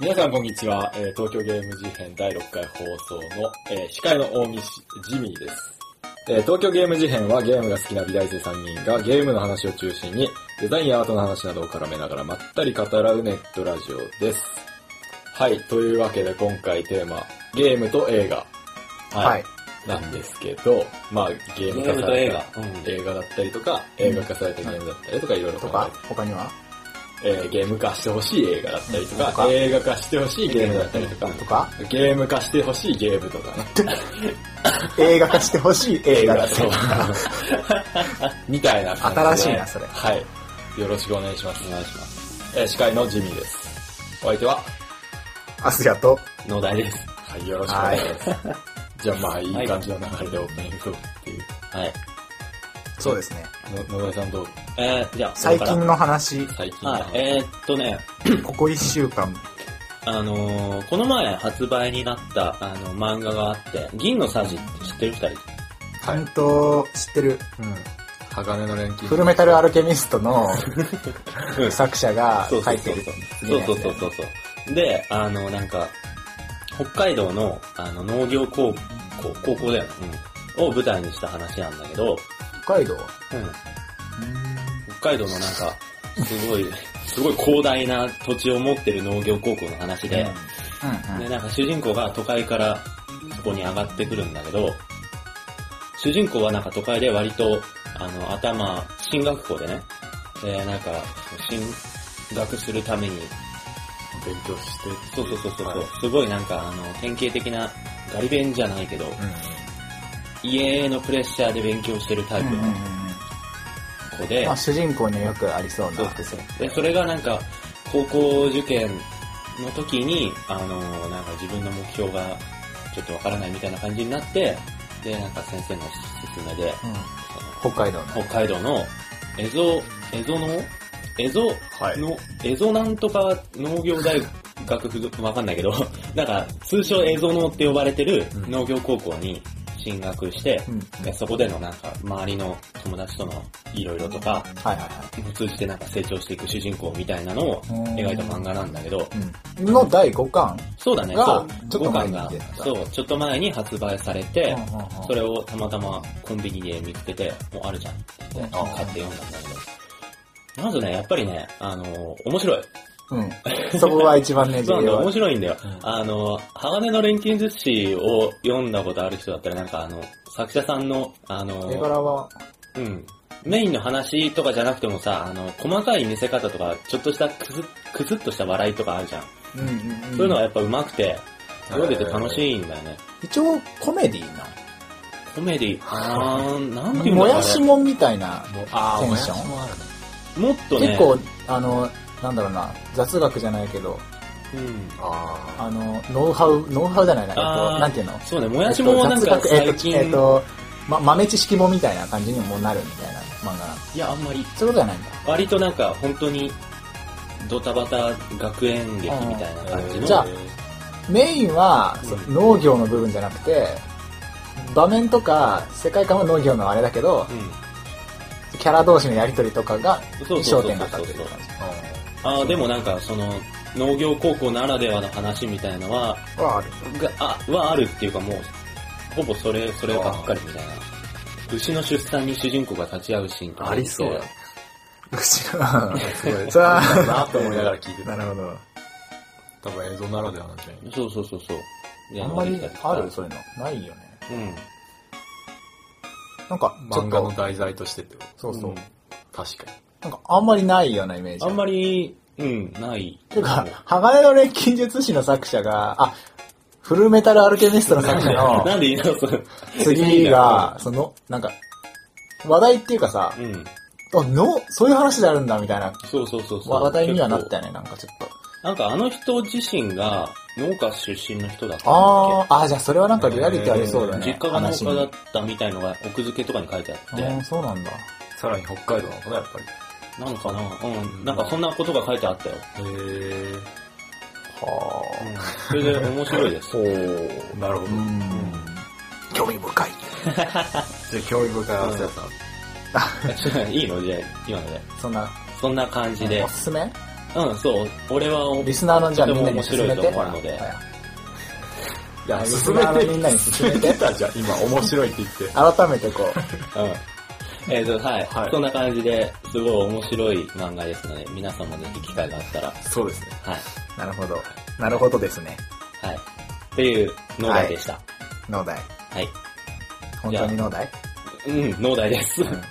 皆さんこんにちは、えー東京ゲーム事変第6回放送の、えー司会の大西ジミーです、えー東京ゲーム事変はゲームが好きな美大生3人がゲームの話を中心にデザインやアートの話などを絡めながらまったり語らうネットラジオですはいというわけで今回テーマゲームと映画はい。なんですけど、まあゲーム化されたゲームと映画映画だったりとか、映画化されたゲームだったりとか、いろいろと考かえ、他にはて、えーゲーム化してほしい映画だったりとうんとか、か映画化してほしいゲームだったりとか、とか、ゲーム化してほしいゲームとかね。映画化してほしい映画だとそう。 みたいな感じで。新しいなそれはい。よろしくお願いします。お願いします。えー司会のジミーです。お相手はアスヤと、野田です。はい、よろしくお願いします。じゃあまあ、いい感じの流れでオープニングトークっていう。はい。そうですね。の野田さんどうえー、じゃあ、最僕近かの話、最近ら。はい。えー、っとね、ここ1週間。あのー、この前発売になった、あの、漫画があって、銀のサジって知ってる二人ははいんと、知ってる。鋼の錬金。フルメタルアルケミストの作者がそう書そういそてうる。そうそうそうそうそう。で、あの、なんか、北海道のあの農業高校、高校だよね、うん、を舞台にした話なんだけど、北海道うん、北海道のなんか、すごい、すごい広大な土地を持ってる農業高校の話で、うんで、なんか主人公が都会からそこに上がってくるんだけど、主人公はなんか都会で割と、あの、頭、進学校でね、で、なんか、進学するために、勉強してってい。そうそうそうそう、はいすごいなんか、あの、典型的な、ガリ勉じゃないけど、う家へのプレッシャーで勉強してるタイプんうん。うんうんうんの子で、まあ主人公によくありそうなそう伏線。で、それがなんか、高校受験の時に、あのーなんか自分の目標がちょっとわからないみたいな感じになって、で、なんか先生の勧めで、うんその北海道の。北海道のエゾ、エゾの、エゾはい。の、エゾなんとか農業大学附属、わかんないけど、 なんか通称エゾ農って呼ばれてるうん農業高校に進学して、うん。でそこでのなんか周りの友達とのいろいろとか、はいは通じてなんか成長していく主人公みたいなのをいはい。描いた漫画なんだけど、うんの第5巻そうだね、がそう、ちょっと前に出五巻たそう、ちょっと前に発売されて、それれをたまたまコンビニで見つけて、もうあるじゃんって言って、うん買って読んだんだけど。まずね、やっぱりね、あのー面白い。うん。そこが一番ね、重そうなんだよ、面要。白いんだようん。あのー、鋼の錬金術師を読んだことある人だったら、なんかあの、作者さんの、あのー絵柄は、うん。メインの話とかじゃなくてもさ、あの、細かい見せ方とか、ちょっとしたくず、くずっとした笑いとかあるじゃん。うんうんんそういうのはやっぱ上手くて、読んでて楽しいんだよね。一応コメディーコメディ、あー、なんていな。もうんだろう、やしもんみたいな、もう、あー、テンションもやしもあるね。もっとね、結構、あの、なんだろうな、雑学じゃないけど、うん。ああの、ノウハウ、ノウハウじゃないな、えっあと、ーなんていうのそうね、もやしもはなんえっかと雑学えっ最と、近、えっと、ま、豆知識もみたいな感じにもなるみたいな漫画なのいや、あんまり、そういうことじゃないんだ。割となんか本当に、ドタバタ学園劇みたいなー感じえーの、じゃあメインは、うんそう農業の部分じゃなくて、場面とか、世界観は農業のあれだけどう、ん。キャラ同士のやりとりとかが、そう焦そうそう点だったそっうていそうう。感じ。あー、でもなんかその、農業高校ならではの話みたいのは、はあ る。が、あ、はあるっていうかもう、ほぼそれ、そればっかりみたいな。牛の出産に主人公が立ち会うシーンとか。ありそうだ。うちは、すごい。それはそうだなと思いながら聞いてたな。るほど。多分映像ならではなんじゃないそうそうそうそう。であんまり出てきたりとかあるそういうの。ないよね。うん。なんか、ちょ漫っ画のと、題材としてってこそうそう。んと確かに。なんか、あんまりないようなイメージ。あんまり、うん、ない。ていうか、鋼の錬金術師の作者が、あ、フルメタルアルケミストの作者の なんで言い直すの次が、その、なんか、話題っていうかさう、ん。あ、の、そういう話であるんだみたいなそうそうそうそう。話題にはなっ結たよね、なんかちょっと。構なんかあの人自身が農家出身の人だったんだっあー、あーじゃあそれはなんかリアリティありそうだけね。実家が農話に家だったみたいのが奥付けとかに書いてあって、うん、そうなんだ。さらに北海道なのかな、やっぱり。なのかなうん。なんかそんなことが書いてあったよ。へはあ。それで面白いです。 ほう。ー。なるほど。興味 深い。じゃあ興味深いあ話そうだやさんいいのじゃあ今ので。そんな、そんな感じでお。すすめうん、そう。俺は、リスナーのじゃあとみてんもなに進め面て。白いと思うのでほらいや、リ進スめナーのて、みんなに進進めめててたじゃん、今、面白いって言って。ほら改めてこう、 うん。えっ、と、はい、はいそんな感じで、すごい面白い漫画ですので、皆さんもぜひ機会があったら、そうですね。はい。なるほど。なるほどですね。はい。っていう、脳内でした。は脳大。い。本当に脳大うん、脳内です。うん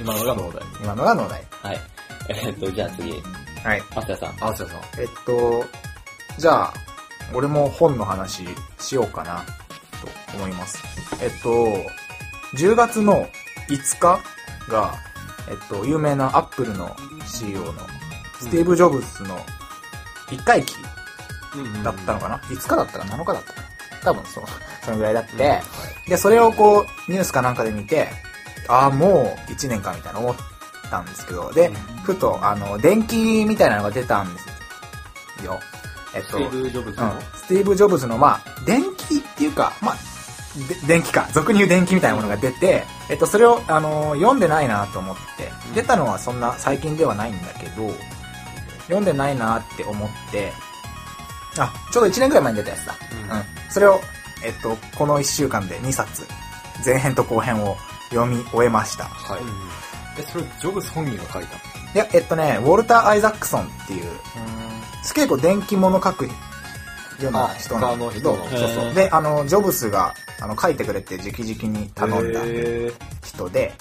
今のが脳だよ。今のが脳大。 はい。えっ、と、じゃあ次、はい。アスヤさん。あ、そうそう。えっと、じゃあ、俺も本の話しようかな、と思います。えっと、10月の5日が、えっと、有名なアップルの CEO のスティーブ・ジョブズの1回忌だったのかな、?5 日だったか7日だったかな多分そう、 そのぐらいだって、うんはいで、それをこう、ニュースかなんかで見て、ああ、もう1年かみたいな思ったんですけど、で、ふと、あの、電気みたいなのが出たんですよ。えっと、うんブ・ジョブズスティーブ・ジョブズの、まあ、電気っていうか、まあ、で電気か、俗に言う電気みたいなものが出て、えっと、それを、あのー読んでないなと思ってう、ん出たのはそんな最近ではないんだけど、読んでないなって思って、あ、ちょうど1年くらい前に出たやつだ。うん。それを、えっと、この1週間で2冊、前編と後編を読み終えました。はい。え、それ、ジョブズ本人が書いたいや、えっとね、ウォルター・アイザックソンっていう、す結構電気物書くような人なんだけど、あ他のそう人のそへーう。で、あの、ジョブスが、あの、書いてくれって直々に頼んだへ人で、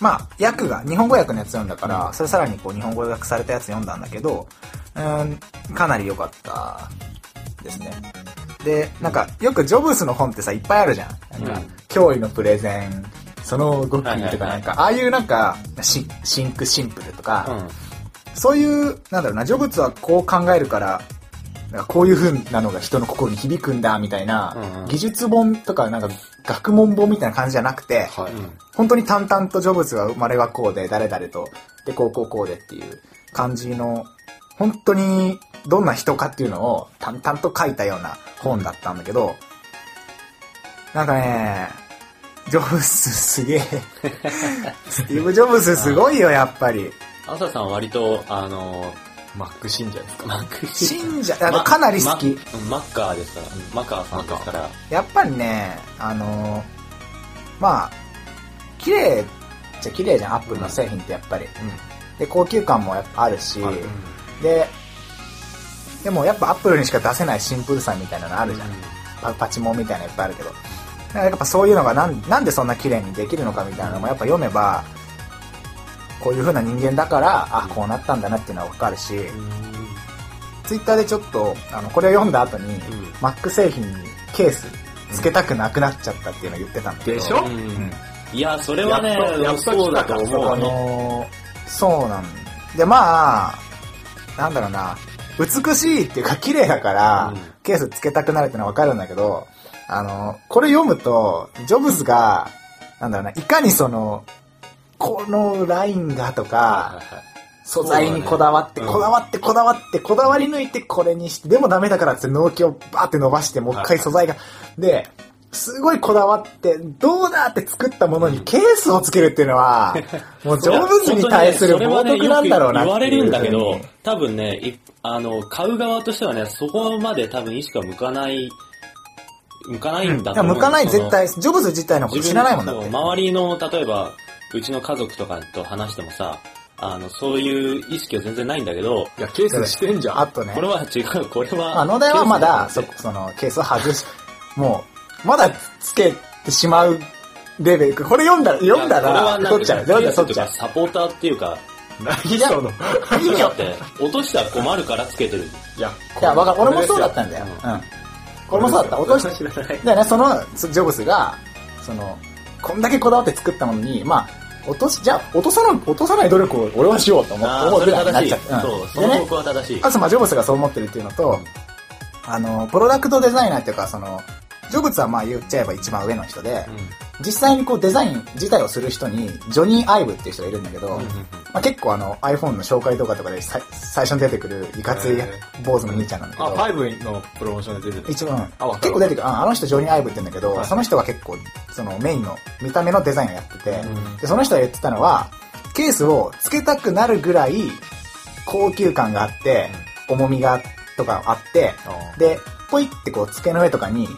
まあ、訳が、日本語訳のやつ読んだから、それさらにこう、日本語訳されたやつ読んだんだけど、うーん、かなり良かったですね。で、なんか、よくジョブスの本ってさ、いっぱいあるじゃん。なんか、うん脅威のプレゼン、その極はい意はいとかはいなんか、ああいうなんか、シシンクシンプルとか、うん。そういう、なんだろうな、ジョブズはこう考えるから、なんかこういう風なのが人の心に響くんだ、みたいな、うんうん技術本とか、なんか学問本みたいな感じじゃなくて、はい。本当に淡々とジョブズは生まれはこうで、誰々と、で、こうこうこうでっていう感じの、本当にどんな人かっていうのを淡々と書いたような本だったんだけど、なんかね、ジョブズす げえ、スティーブ・ジョブズすごいよ、やっぱり。アスヤさんは割と、あのマック信者ですかマック信者、あのかなり好き。ママッカーですから、マッカーさんですから、やっぱりね、あのーまあ、綺麗じゃ綺麗じゃん、アップルの製品ってやっぱり。で、高級感もやっぱあるし、あるで、でもやっぱアップルにしか出せないシンプルさみたいなのああるじゃん。パパチモンみたいなのいっぱいあるけど。だからやっぱそういうのがなんなんでそんな綺麗にできるのかみたいなのもやっぱ読めば、こういう風な人間だから、あ、こうなったんだなっていうのはわかるし、ツイッターでちょっと、あの、これを読んだ後に、Mac 製品にケースつけたくなくなっちゃったっていうのを言ってたんだけど。でしょうんうん。いや、それはねやっとやっ、とそうだとそう思あうね。のーそうなんで、まあ、なんだろうな、美しいっていうか綺麗だから、うんケースつけたくなるってのはわかるんだけど、あのーこれ読むと、ジョブズが、なんだろうな、いかにその、このラインがとか、素材にこだわって、そうだねこだわって、こだわって、こだわり抜いてこれにして、でもダメだからっつって納期をバーって伸ばして、もう一はい回素材が。で、すごいこだわって、どうだって作ったものにケースをつけるっていうのは、 もうジョブズに対する冒涜なんだろうなっいや本当にねそれはねよく言わていうれるふうにんだけど、多分ね、いあの、買う側としてはね、そこまで多分意識は向かない、向かないんだいとや思う。向かないその絶。対、ジョブズ自体のこと自知分らないもんだっそうて。周りの、例えば、うちの家族とかと話してもさ、あの、そういう意識は全然ないんだけど、いや、ケースしてんじゃん。あとねこれ、は違う、これは。まあ、野田はまだ、ケースそだよ、その、ケースを外し、もう、まだつけてしまうレベル。これ読んだら、読んだいやこれはら、なん取かっちゃう。読んだら取っちゃうケース。とかサポーターっていうか、何その。意味だを って、落としたら困るからつけてる。いや、いや、わかる。俺もそうだっったんだよ。ううん。俺もそうだった。落として。知らない。だよね、その、そジョブスが、その、こんだけこだわって作ったものに、まあ、落とし、じゃあ、落とさない、落とさない努力を俺はしようと思って、あ思あ、うそぐれらいになっ正しちいゃっ。た。そう、うそん。でのね僕、は正しい。あと、まあ、ジョブスがそう思ってるっていうのと、あの、プロダクトデザイナーっていうか、その、ジョブスはまあ言っちゃえば一番上の人で、実際にこうデザイン自体をする人に、ジョニー・アイブっていう人がいるんだけど、まあ、結構あの iPhone の紹介動画とかでさ最初に出てくるいかつい坊主の兄ちゃんなんだけあ、ど、ファイブのプロモーションで出てる。一番あわかる結構出てくるああの人ジョニー・アイブって言うんだけど、はいその人が結構そのメインの見た目のデザインをやってて、うんでその人が言ってたのはケースをつけたくなるぐらいこ高級感があって、重みが、とかあって、あで、ポイってこう、机の上とかに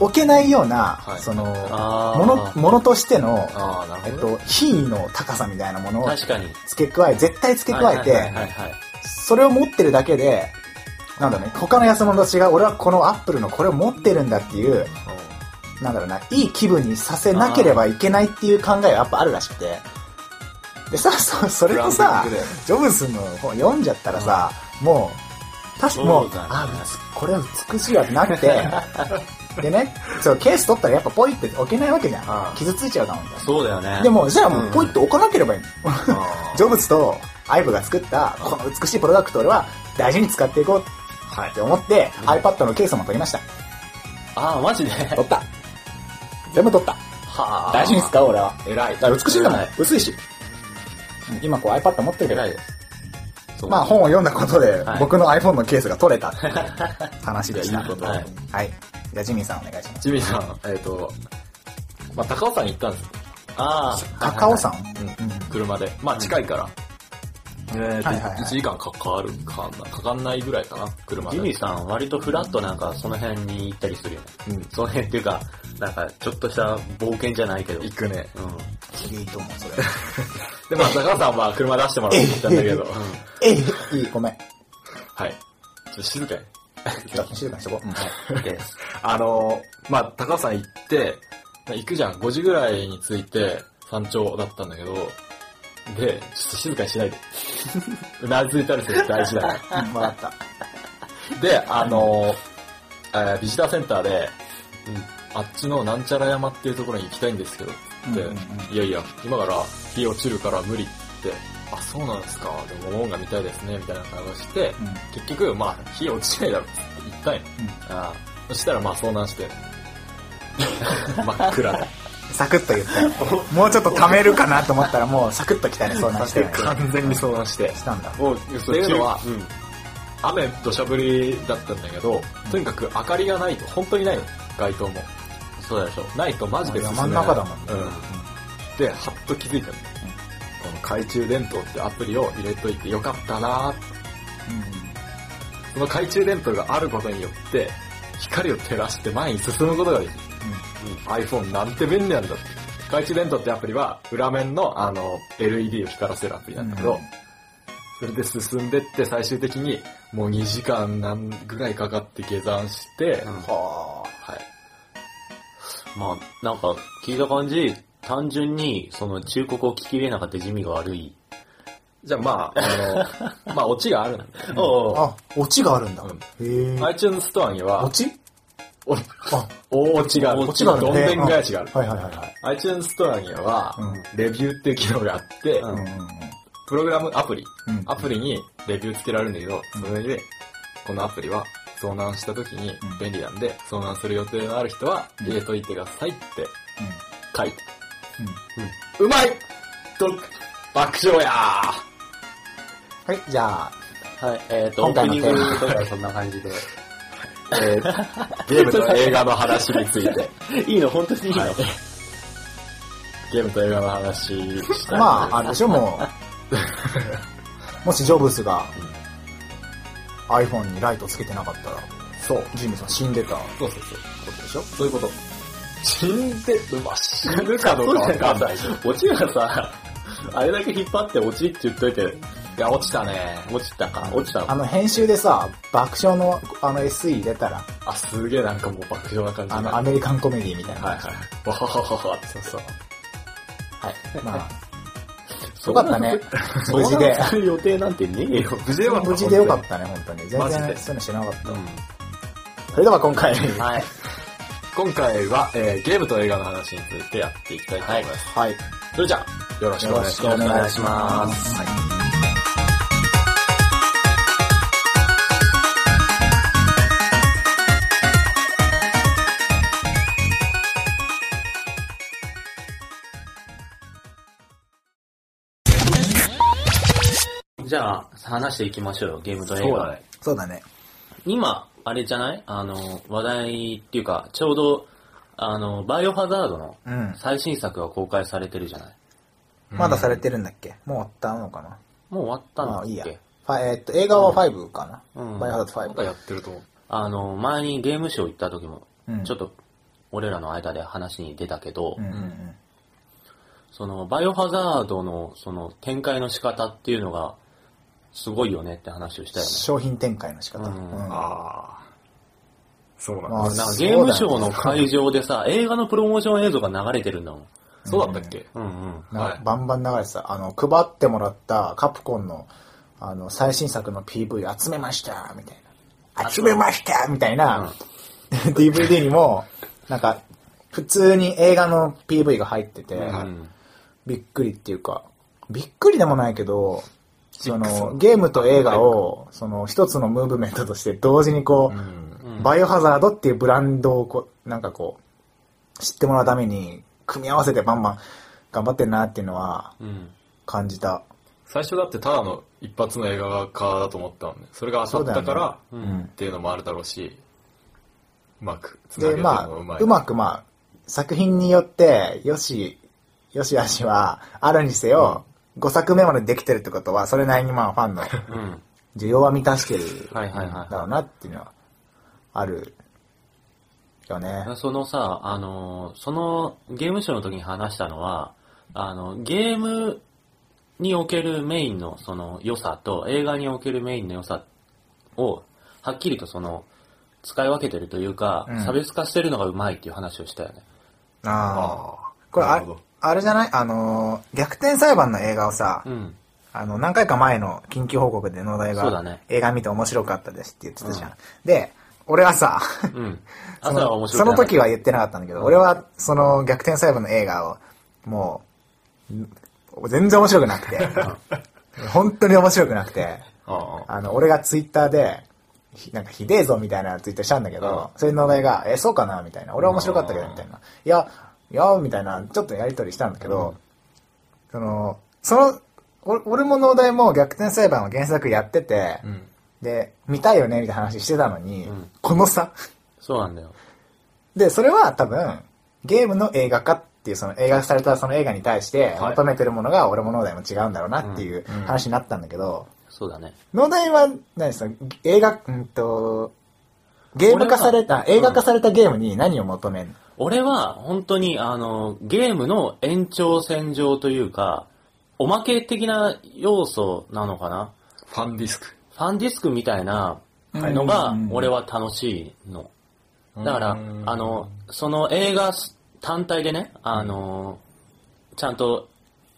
置けないような、はいその、あもの、ものとしての、あー、なえっるほどね。と、品位の高さみたいなものを確かに。付け加え、絶対付け加えはいはいて、はいはい。それを持ってるだけで、なんだろうね、他の安物と違う、俺はこのアップルのこれを持ってるんだっていう、なんだろうな、いい気分にさせなければいけないっていう考えがやっぱあるらしくて。でさ、そそれとさブランディング、ジョブズの本読んじゃったらさ、もう、確かもう、そうだねあ、美これは美しいわってなって、でね、そう、ケース取ったらやっぱポイって置けないわけじゃああん。傷ついちゃうかもみたいな。そうだよね。で、も、じゃあもうポイって置かなければいいの。あジョブズとアイブが作った、この美しいプロダクトを俺は大事に使っていこうはいって思って、iPad のケースも取りました。ああ、マジで。は取った。全部取った。あ。大事に使おう、俺は。ー。偉い。だから美しいんだもんはい。薄いし。今こう iPad 持ってるけど偉。いです。そうまあ本を読んだことではい、僕の iPhone のケースが 取れたっていう話でした。いいことはい。はいじゃあジミーさんお願いします。ジミーさん、えっ、と、まあ、高尾山に行ったんですよ。ああ。高尾山うん車で。まあ、近いから。えーと、はいはいはい1時間かかるかな。かかんないぐらいかな、車で。ジミーさん、割とフラットなんか、その辺に行ったりするよね。うん、その辺っていうか、なんか、ちょっとした冒険じゃないけど。うん行。くね。いいと思う、それ。で、 まあ、高尾さんは車出してもらおうと思ったんだけど、えい、いい、ごめん。はい。ちょっと静かに。ちょっと静かにしとこう。うんで、あのーまあ、高尾山行って、行くじゃん。5時ぐらいに着いて、山頂だったんだけど、で、ちょっと静かにし ないで。うなずいたりする大事だよ。うんわかった。で、あのーえービジターセンターで、あっちのなんちゃら山っていうところに行きたいんですけど、って、うんうんいやいや、今から日落ちるから無理って、あ、そうなんですか、でもモモンが見たいですね、みたいな会話して、うん結局、まあ、日落ちないだろうって言ったんよ。あそしたら、まあ、遭難 して、真っ暗で。サクッと言ったよ。もうちょっと貯めるかなと思ったら、もうサクッと来たね、そうなんしてるね。完全に遭難して。したんだ。もう、っていうのは、うん。雨土砂降りだったんだけど、とにかく明かりがないと、本当にないの、街灯も。そうでしょ。ないとマジで進めない山の中だもんねうんではっと気づいたの、この懐中電灯ってアプリを入れといてよかったなーってその懐中電灯があることによって光を照らして前に進むことができる、iPhone なんて便利なんだって懐中電灯ってアプリは裏面のあの LED を光らせるアプリなんだけど、うんそれで進んでって最終的にもう2時間何ぐらいかかって下山して、うんははい。まあ、なんか、聞いた感じ、単純に、その、忠告を聞き入れなかった地味が悪い。じゃあまあ、あの、まあオチがあるんだよねおあ。あ、オチがあるんだ。うんへえ。 iTunes ストアにはオ、チおあ、大落ちがある。オチがあるどんでん返しがある。はいはいはいはい。 iTunes ストアには、うレビューっていう機能があって、ううんんうんうんプログラム、アプリ、うんアプリにレビューつけられるんだけど、それで、このアプリは遭難した時にん便利なんで、遭難する予定のある人は入れといてくださいって書いて。うんうんうまいと、爆笑やはい、じゃあ、はい、えっ、と、オ今ー回プのニンテーマグとかそんな感じで。ー、えー、ゲームと映画の話について、 いいの本当にいいの、ゲームと映画の話したいまあ、あれでしょ、も う。もしジョブスが iPhone にライトつけてなかったら、そう。ジミーさん死んでそた。うそうそう。ことでしょそういうこと。死んで、まあ、死ぬかどうかわかんない。オチがさ、あれだけ引っ張って落ちって言っといて、いや、落ちたね。落ちたか、落ちたあの。の、編集でさ、爆笑のあの SE 入れたら、あ、すげえなんかもう爆笑な感じあにの、なアるメリカンコメディみたいな。はいはい。わははははって。そうそう。はい。まあ、そようかったね。無事で。そういう予定なんてねえよ。無事でよかった。無事でよかったね、本当に。全マジで然そういうの知らなかっ本当に。た。それでは今回、はい。今回は、えー、ゲームと映画の話についてやっていきたいと思います。はい。それじゃあ、よろしくお願いします。よろしくお願いしますはいじゃあ、話していきましょうよ、ゲームと映画。そうだね。そうだね。今、あれじゃないあの、話題っていうか、ちょうど、あの、バイオハザードのうん。最新作が公開されてるじゃない。まだされてるんだっけもう終わったのかなもう終わったんだっまあいいやけはい、えっと、映画は5かな。うんバイオハザードまだや5。ってると思う。あの、前にゲームショー行った時も、うんちょっと、俺らの間で話に出たけど、うんうんうん。その、バイオハザードの、その、展開の仕方っていうのが、すごいよねって話をしたよね。商品展開の仕方。うんうんああ。そうなんまあだ。なんかそうだねゲームショーの会場でさ、映画のプロモーション映像が流れてるんだもん。そうだったっけうんうん。なはいバンバン流れてた。あの、配ってもらったカプコンの、あの、最新作の PV 集めましたみたいな。集めましたみたいな、DVD にも、なんか、普通に映画の PV が入ってて、うん。びっくりっていうか、びっくりでもないけど、その、ゲームと映画を、その、一つのムーブメントとして同時にこう、うん。うんバイオハザードっていうブランドをこう、なんかこう、知ってもらうために、組み合わせてバンバン頑張ってんなっていうのはうん。感じた。最初だってただの一発の映画化だと思ったのね。それが当たったからう。うんっていうのもあるだろうし、うまくつなげで、てるのまがうまあ、い。うまくまあ、作品によって、よし、よしあしは、あるにせよ、5作目までできてるってことは、それなりにまあ、ファン のうん。需要は満たしてるはいはいはいはだいろうなっていうのは、あるよね。そのさ、あの、そのゲームショーの時に話したのは、あの、ゲームにおけるメインのその良さと映画におけるメインの良さを、はっきりとその、使い分けてるというか、うん差別化してるのがうまいっていう話をしたよね。ああ。あこれなあるほど、あれじゃないあのー、逆転裁判の映画をさ、うん。あの、何回か前の緊急報告で野田そうだが、ね映画見て面白かったですって言ってたじゃん。で、俺はさ、うん。そ朝は面の白そくなのかった時は言ってなかったんだけど、俺はその逆転裁判の映画を、もう、ん全然面白くなくて、 本当に面白くなくて、ああ。あの、俺がツイッターで、ひなんかひでえぞみたいなツイートしたんだけど、それのお題が、え、そうかなみたいな。俺は面白かったけど、みたいな。いや、いや、みたいな、ちょっとやりとりしたんだけど、その、その、お俺も農大も逆転裁判を原作やってて、うん。で、見たいよね、みたいな話してたのに、うんこの差。そうなんだよ。で、それは多分、ゲームの映画化っていう、その映画化されたその映画に対して、はい求めてるものが俺も農大も違うんだろうなっていう話になったんだけど、そうだね。農大は、何ですか、映画、うんと、ゲーム化された、俺は映画化されたゲームに何を求めんの、俺は本当にあのゲームの延長線上というかおまけ的な要素なのかなファンディスク。ファンディスクみたいなのがうん俺は楽しいのだからうんあのその映画単体でねあのちゃんと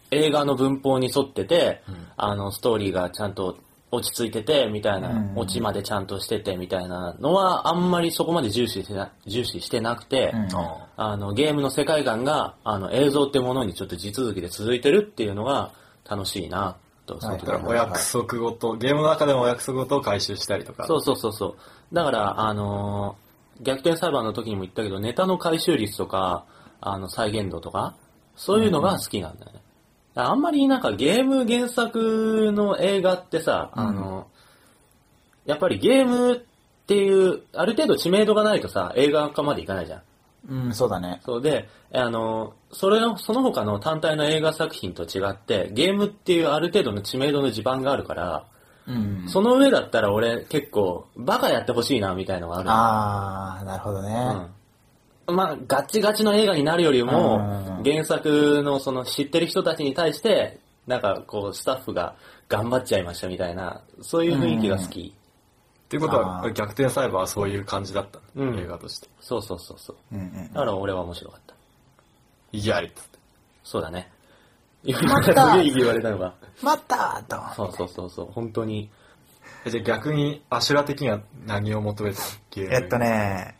映画の文法に沿っててうんあのストーリーがちゃんと落ち着いててみたいなうんオチまでちゃんとしててみたいなのはあんまりそこまで重視してな重視してなくて、うんああの、ゲームの世界観が、あの、映像ってものにちょっと地続きで続いてるっていうのが楽しいな、と、そのあ。時だはからお約束ごと、ゲームの中でもお約束ごとを回収したりとか。そうそうそうそう。だから、あのー逆転裁判の時にも言ったけど、ネタの回収率とか、あの、再現度とか、そういうのが好きなんだよね。だからあんまりなんかゲーム原作の映画ってさ、あのやっぱりゲームっていう、ある程度知名度がないとさ、映画化までいかないじゃん。うん、そうだね。そうで、あの、それの、その他の単体の映画作品と違って、ゲームっていうある程度の知名度の地盤があるから、うん。その上だったら俺結構、バカやってほしいな、みたいのがある。あー、なるほどね。うん。まあ、ガチガチの映画になるよりうもん、原作のその知ってる人たちに対して、なんかこう、スタッフが頑張っちゃいましたみたいな、そういう雰囲気が好き。っていうことあーは、逆転裁判はそういう感じだった、うん映画として。そうそうそうそう。うんうんだから俺は面白かった。意義ありっつって。そうだね。今 からすげえ言われたのが。待ったーと。そうそうそうそう、本当に。えじゃあ逆に、アシュラ的には何を求めてゲームえっと。ね、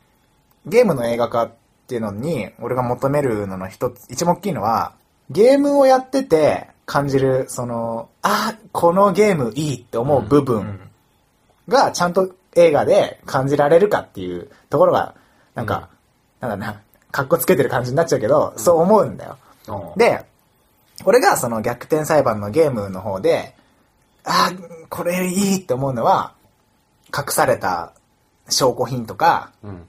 ゲームの映画化っていうのに、俺が求めるのの一つ、一番大きいのは、ゲームをやってて感じる、その、あー、このゲームいいって思う部分。うん。がちゃんと映画で感じられるかっていうところが、なんか、なんだろうな、かっこつけてる感じになっちゃうけど、そう思うんだよ。うんで、俺がその逆転裁判のゲームの方で、ああ、これいいって思うのは、隠された証拠品とか、うん。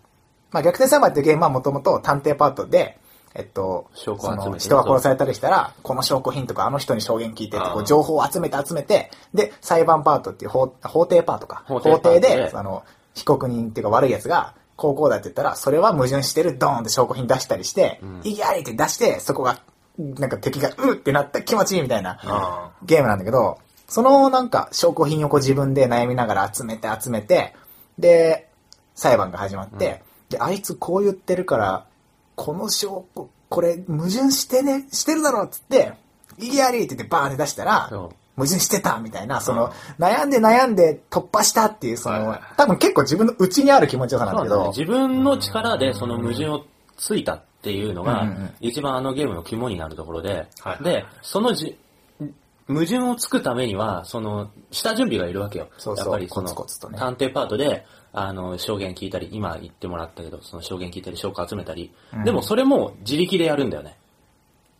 まあ逆転裁判っていうゲームはもともと探偵パートで、えっと、証拠をそ集めてのね人が殺されたりしたら、この証拠品とかあの人に証言聞いてって、こあーう情報を集めて集めて、で、裁判パートっていう法法廷パートか。法法廷廷パートねで、あの、被告人っていうか悪い奴が、高校だって言ったら、それは矛盾してる、ドーンって証拠品出したりして、うんいやーって出して、そこが、なんか敵が、うーってなった気持ちいいみたいな、あゲームなんだけど、そのなんか証拠品をこう自分で悩みながら集めて集めて、で、裁判が始まって、で、あいつこう言ってるから、この証拠、これ矛盾してね、してるだろうっつって、意義ありって言ってバーンって出したら、そう矛盾してたみたいな、そうんの、悩んで悩んで突破したっていう、そはいのはいはい、多分結構自分の内にある気持ちよさなんだそうけだね。ど、自分の力でその矛盾をついたっていうのうんうがんうん、一番あのゲームの肝になるところでは、いで、そのじ、矛盾をつくためには、その、下準備がいるわけよ。そうそうやっぱりそコの、ツコツとね探偵パートで、あの、証言聞いたり、今言ってもらったけど、その証言聞いたり、証拠集めたり、うんでもそれも自力でやるんだよね。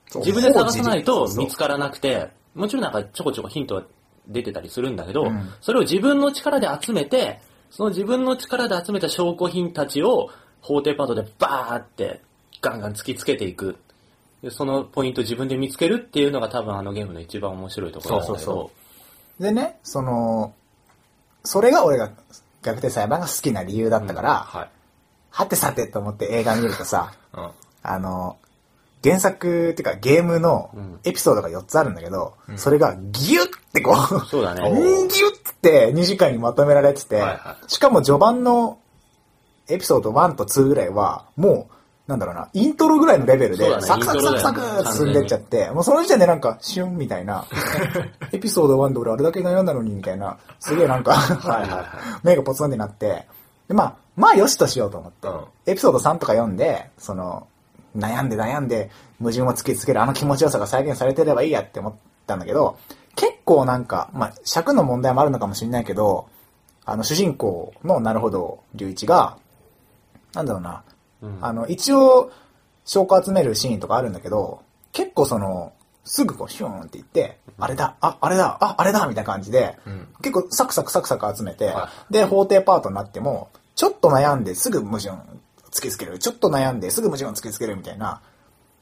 そう自分で探さないとそう見つからなくて、もちろんなんかちょこちょこヒントは出てたりするんだけど、うんそれを自分の力で集めて、その自分の力で集めた証拠品たちを法廷パートでバーってガンガン突きつけていく。でそのポイント自分で見つけるっていうのが多分あのゲームの一番面白いところなんだけど。そうそうでね、その、それが俺が逆転裁判が好きな理由だったから、はい。はてさてと思って映画見るとさ、うん。あの、原作っていうかゲームのうんエピソードが4つあるんだけど、うんそれがギュッってこう、そうだね。ギュッって2時間にまとめられてて、はいはしかも序盤のエピソード1と2ぐらいは、もう、なんだろうな、イントロぐらいのレベルそうでだ、ねサクサクサクサクイントロだよねって進んでっちゃって、もうその時点でなんか、シュンみたい な、エピソード1で俺あれだけ悩んだのにみたいな、すげえなんか、はいは目がポツンってなって、でまあ、まあよしとしようと思って、うんエピソード3とか読んで、その、悩んで悩んで、矛盾を突きつけるあの気持ちよさが再現されてればいいやって思ったんだけど、結構なんか、まあ、尺の問題もあるのかもしれないけど、あの、主人公の、なるほど、隆一が、なんだろうな、うんあの、一応、証拠集めるシーンとかあるんだけど、結構その、すぐこう、ヒューンって言って、あれだ、あ、あれだ、あ、あれだ、みたいな感じで、うん結構サクサクサクサク集めて、はで、法廷パートになっても、ちょっと悩んですぐ矛盾突きつける、ちょっと悩んですぐ矛盾を突きつけるみたいな、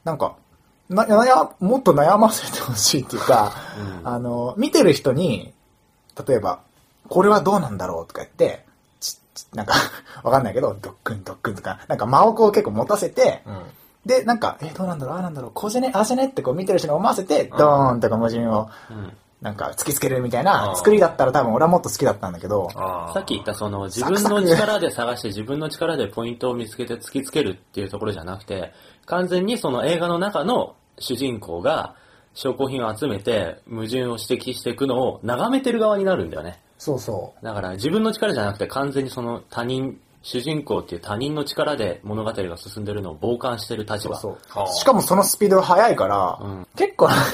なんか、な、なや、もっと悩ませてほしいっていうか、うんあの、見てる人に、例えば、これはどうなんだろうとか言って、ち、ちなんか、 わかんないけど、ドックンドックンとか、なんか間をこう結構持たせて、うん。で、なんか、え、どうなんだろうああなんだろうこうじゃねああじゃねってこう見てる人に思わせて、ドーンとか矛盾をうんなんか突きつけるみたいあなー作りだったら多分俺はもっと好きだったんだけど、ああ。さっき言ったその自サ分クサクの力で探して自分の力でポイントを見つけて突きつけるっていうところじゃなくて、完全にその映画の中の主人公が証拠品を集めて矛盾を指摘していくのを眺めてる側になるんだよね。そうそだから自分の力じゃなくて完全にその他人、主人公っていう他人の力で物語が進んでるのを傍観してる立う。場。そうはあしかもそのスピードが速いから、うん結構なんか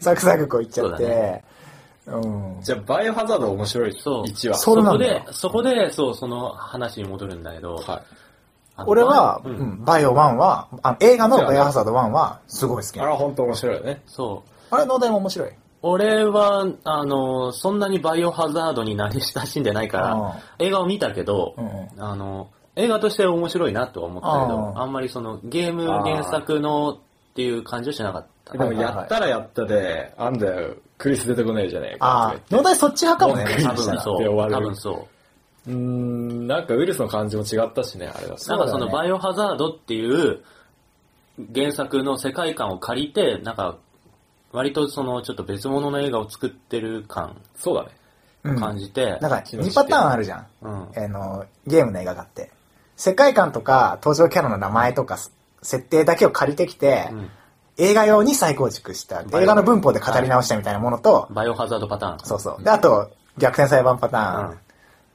サクサクこういっちゃって、そうだうん。じゃあ、バイオハザード面白いそう1話。そうなこんだでよ、そこで、そう、その話に戻るんだけど、はあの俺は、ううんん、バイオ1は、あ映画のバイオハザード1はすごい好きい。なあのれは本当面白いよね。そう、あれ、農大も面白い。俺は、あの、そんなにバイオハザードに慣れ親しんでないから、映画を見たけど、うんうんあの、映画として面白いなとは思ったけど、あーあんまりそのゲーム原作のっていう感じはしなかったで。も、やったらやったで、あんだよ、クリス出てこねえじゃねえあかあ。、農大そっち派かも文ね句。多言した分らそでう。終多わる分そうう。ーん、なんかウイルスの感じも違ったしね、あれだとなんかそのそうだねバイオハザードっていう原作の世界観を借りて、なんか割とそのちょっと別物の映画を作ってる感そうだね。うん感じて、なんか、2パターンあるじゃん。うん、あの、ゲームの映画だって。世界観とか、登場キャラの名前とか、設定だけを借りてきて、うん映画用に再構築した。バイオ映画の文法で語り直したみたいなものと、バイオハザードパターン。そうそう。で、あと、逆転裁判パターン。うん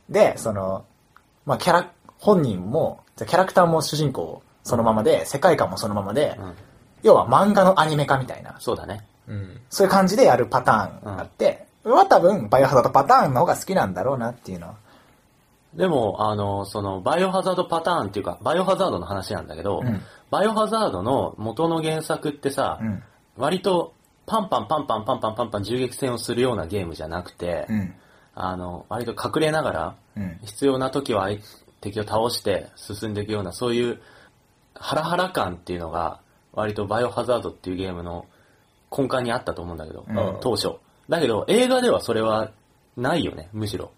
で、その、まあ、キャラ、本人も、じゃあキャラクターも主人公そのままで、世界観もそのままで、うん要は漫画のアニメ化みたいな、そうだね。うん。そういう感じでやるパターンがあって、俺は多分、バイオハザードパターンの方が好きなんだろうなっていうのは。でも、あの、その、バイオハザードパターンっていうか、バイオハザードの話なんだけど、うんバイオハザードの元の原作ってさ、うん。割と、パンパンパンパンパンパンパンパン銃撃戦をするようなゲームじゃなくて、うん。あの、割と隠れながら、うん。必要な時は相手敵を倒して進んでいくような、そういう、ハラハラ感っていうのが、割とバイオハザードっていうゲームの根幹にあったと思うんだけど、うん当初。だけど、映画ではそれはないよね、むしろ。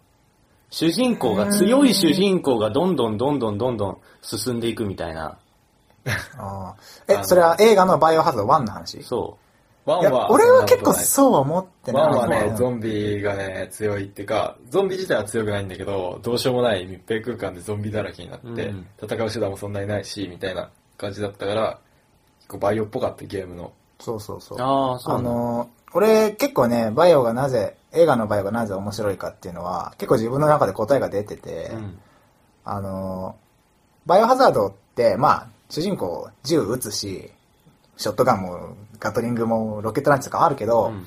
主人公が、強い主人公がどんどんどんどんどんどん進んでいくみたいな。あーえ、それは映画のバイオハザード1の話いそワンや、は、俺は結構そそうは思ってんななこといないワンはね、うゾんンビがね、強いっていうか、ゾンビ自体は強くないんだけど、どうしようもない密閉空間でゾンビだらけになって、うん。戦う手段もそんなにないし、みたいな感じだったから、結構バイオっぽかったゲームの。そうそうそうう。ああ、そあうなんだのー、俺結構ね、バイオがなぜ、映画のバイオがなぜ面白いかっていうのは、結構自分の中で答えが出てて、うんあのー、バイオハザードって、まあ、主人公銃撃つし、ショットガンも、ガトリングも、ロケットランチとかあるけど、うん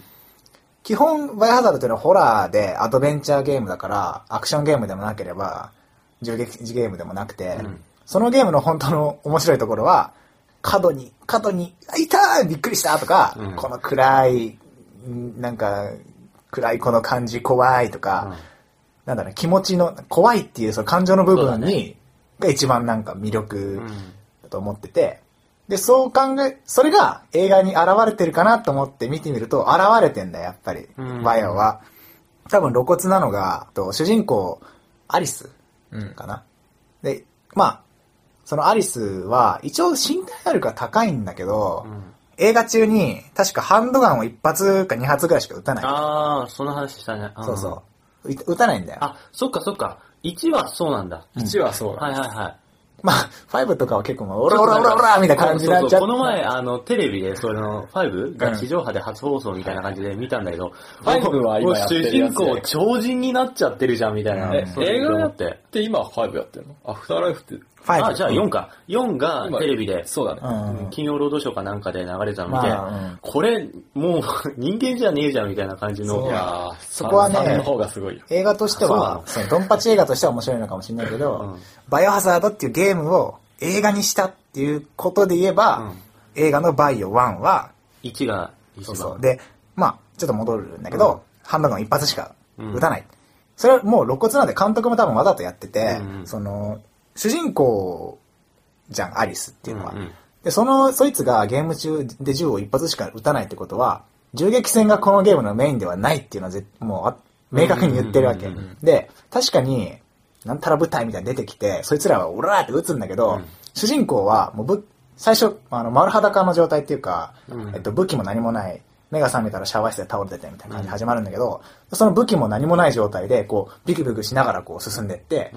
基本、バイオハザードというのはホラーでアドベンチャーゲームだから、アクションゲームでもなければ、銃撃ゲームでもなくて、うんそのゲームの本当の面白いところは、角に、角に、あ、いたーびっくりしたとか、うんこの暗い、んなんか、暗いこの感じ怖いとか、なんだろう、気持ちの、怖いっていうその感情の部分そうだに、が一番なんか魅う力んだと思ってて、で、そう考え、それが映画に現れてるかなと思って見てみると、現れてんだよ、やっぱりうん、バイオは。多分露骨なのが、と主人公、アリスうん。かな。で、まあ、そのアリスは、一応身体能力が高いんだけど、うん映画中に、確かハンドガンを一発か二発ぐらいしか撃たない。ああ、その話したね。んそうそう。い撃たないんだよ。あ、そっかそっか。1はそうなんだ。 1はそうはいはいはい。まあ、5とかは結構もう、オラオラオラオラみたいな感じになっちゃって。そうそうこの前、あの、テレビで、その、5が地上波で初放送みたいな感じで見たんだけど、 5は今もうやって主るや人つ公超人になっちゃってるじゃん、みたいな。えそう映画思やっってて。で、今は5やってるのアフターライフって。 5あ、じゃあ4か。4が今テレビで、そうだね。うんうん金曜ロードショーかなんかで流れてたの見て、まあうんこれ、もう 人間じゃねえじゃん、みたいな感じそのうい。やー、そこはねの方がすごいよ。映画としては、そのドンパチ映画としては面白いのかもしれないけど、バイオハザードっていうゲームを映画にしたっていうことで言えば、映画のバイオ1は、 1が一そ番。うそう。で、まあ、ちょっと戻るんだけど、ハンドガン一発しかうん撃たない。それはもう露骨なんで監督も多分わざとやってて、うんうんその、主人公じゃん、アリスっていうのは。うんうんで、その、そいつがゲーム中で銃を一発しか撃たないってことは、銃撃戦がこのゲームのメインではないっていうのはぜもうあ、明確に言ってるわけ。うんうんうんで、確かに、なんたら部隊みたいに出てきて、そいつらはオラーって撃つんだけど、うん主人公は、もうぶ、最初、あの、丸裸の状態っていうか、うんえっと、武器も何もない、目が覚めたらシャワー室で倒れててみたいな感じで始まるんだけど、その武器も何もない状態で、こう、ビクビクしながらこう進んでって、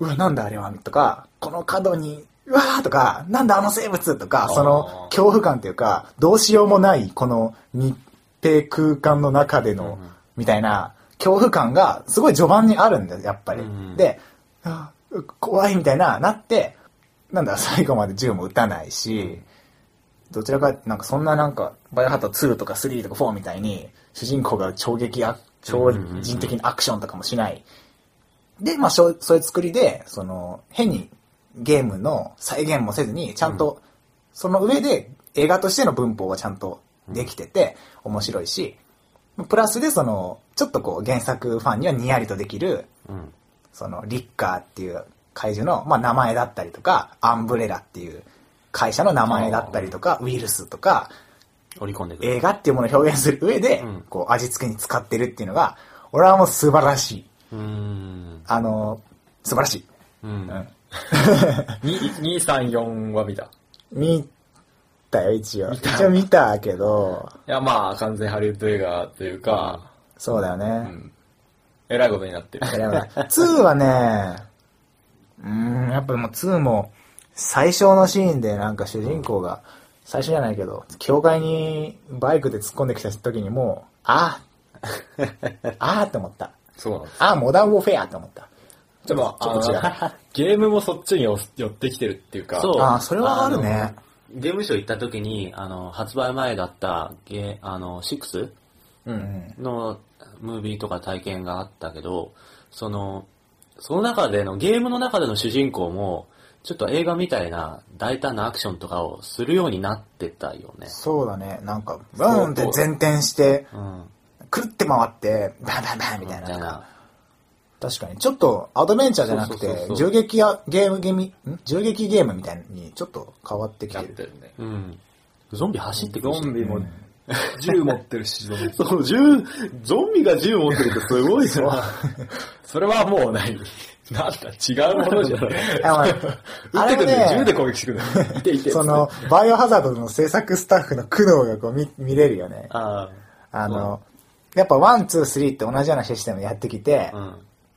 うわ、なんだあれはとか、この角に、うわーとか、なんだあの生物とかあ、ーその恐怖感というか、どうしようもない、この密閉空間の中での、みたいな、恐怖感がすごい序盤にあるんだよ、やっぱり。うんで、あーう怖いみたいな、なって、なんだ、最後まで銃も撃たないし、どちらか、なんかそんななんか、バイオハザード2とか3とか4みたいに、主人公が超激ア、超人的にアクションとかもしない。で、まあ、しょそういう作りで、その、変にゲームの再現もせずに、ちゃんと、その上で映画としての文法はちゃんとできてて、面白いし、プラスでその、ちょっとこう原作ファンにはにやりとできる、うんそのリッカーっていう怪獣の、まあ、名前だったりとか、アンブレラっていう会社の名前だったりとか、ウイルスとか、織り込んでくる。映画っていうものを表現する上で、うんこう味付けに使ってるっていうのが、俺はもう素晴らしい。うーん。あの、素晴らしい。うんうん。 2、3、4は見た。見たよ、一応。一応見たけど、いや、まあ、完全ハリウッド映画というか、そうだよね。うん。えらいことになってる。いやばい2はね、うーん、やっぱもう2も、最初のシーンでなんか主人公が、最初じゃないけど、教会にバイクで突っ込んできた時にもう、ああ、ああって思った。そうなんです。ああ、モダンウォーフェアって思った。でも、ちょっと違うあのゲームもそっちに寄ってきてるっていうか、そう。あーそれはあるねの。ゲームショー行った時に、あの、発売前だったゲー、あの、6う。うんん。のムービーとか体験があったけど、その、その中での、ゲームの中での主人公も、ちょっと映画みたいな大胆なアクションとかをするようになってたよね。そうだね。なんか、ブーンって前転して、うん。くるって回って、バンバンバンみたいみたな。いな。確かに。ちょっと、アドベンチャーじゃなくそうそうてそ、うそ銃う撃や、ゲームゲミ、ん銃撃ゲームみたいにちょっと変わってきなっててる。るね。うん。ゾンビ走ってくるしゾンビもうん銃持ってるし、ゾンビ。そう、銃、ゾンビが銃持ってるってすごいな。 それはもうない。なんだ、違うものじゃない。 あまあ撃 あってれくるねのに銃で攻撃してくるのよ。いていて。 その、バイオハザードの制作スタッフの苦悩がこう見見れるよね。ああの、やっぱワン、ツー、スリーって同じようなシステムやってきて、あ、うん。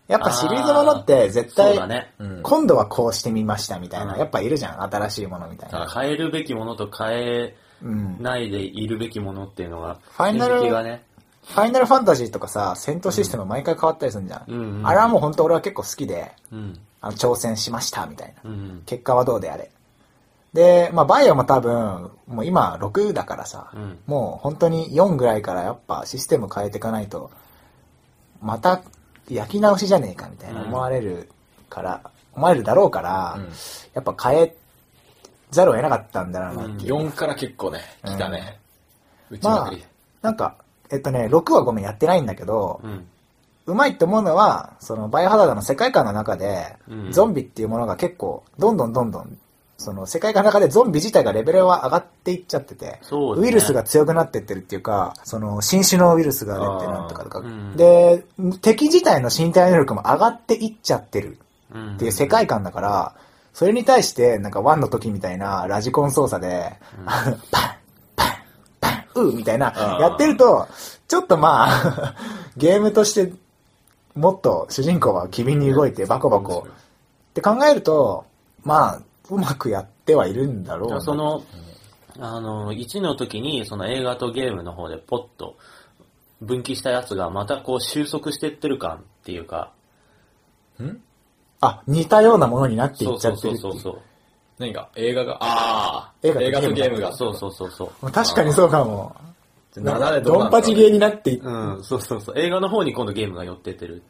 やっぱシリーズものって絶そう対、だね。うん今度はこうしてみましたみたいな、うんやっぱいるじゃん、新しいものみたいな。変えるべきものと変えうん。ないでいるべきものっていうのが、ファイナル線引きがね、ファイナルファンタジーとかさ、戦闘システム毎回変わったりするじゃん。うんうんうんあれはもう本当俺は結構好きで、うん。あの挑戦しましたみたいな。うん。結果はどうであれ。で、まあ、バイオも多分、もう今6だからさ、うんもう本当に4ぐらいからやっぱシステム変えていかないと、また焼き直しじゃねえかみたいなうん思われるから、思われるだろうから、うんやっぱ変えざるを得なかったんだろうなっていう。 4から結構ね、来たね。うちままあくり。、なんか、えっとね、6はごめんやってないんだけど、うん。うまいって思うのは、その、バイオハザードの世界観の中で、うんゾンビっていうものが結構、どんどんどんどん、その、世界観の中でゾンビ自体がレベルは上がっていっちゃってて、そうだねウイルスが強くなってってるっていうか、その、新種のウイルスが出てなんとかとか、あーうんで、敵自体の身体能力も上がっていっちゃってるうん。っていう世界観だから、それに対して、なんか1の時みたいなラジコン操作で、あのパン、パン、パン、うーみたいなあ、ーやってると、ちょっとまあ、 ゲームとして、もっと主人公は機敏に動いてバコバコって考えると、まあ、うまくやってはいるんだろうな。その、あの、1の時に、その映画とゲームの方でポッと分岐したやつが、またこう収束してってる感っていうか、んあ、似たようなものになっていそうっちゃそうってそるっうていそうう。そう。何が映画が、ああ、映画と映画とゲームが。そうそうそうそう。もう確かにそうかも。う斜めどうドなンんだパろチうゲーになっていっうん、そうそうそう。映画の方に今度ゲームが寄ってってる。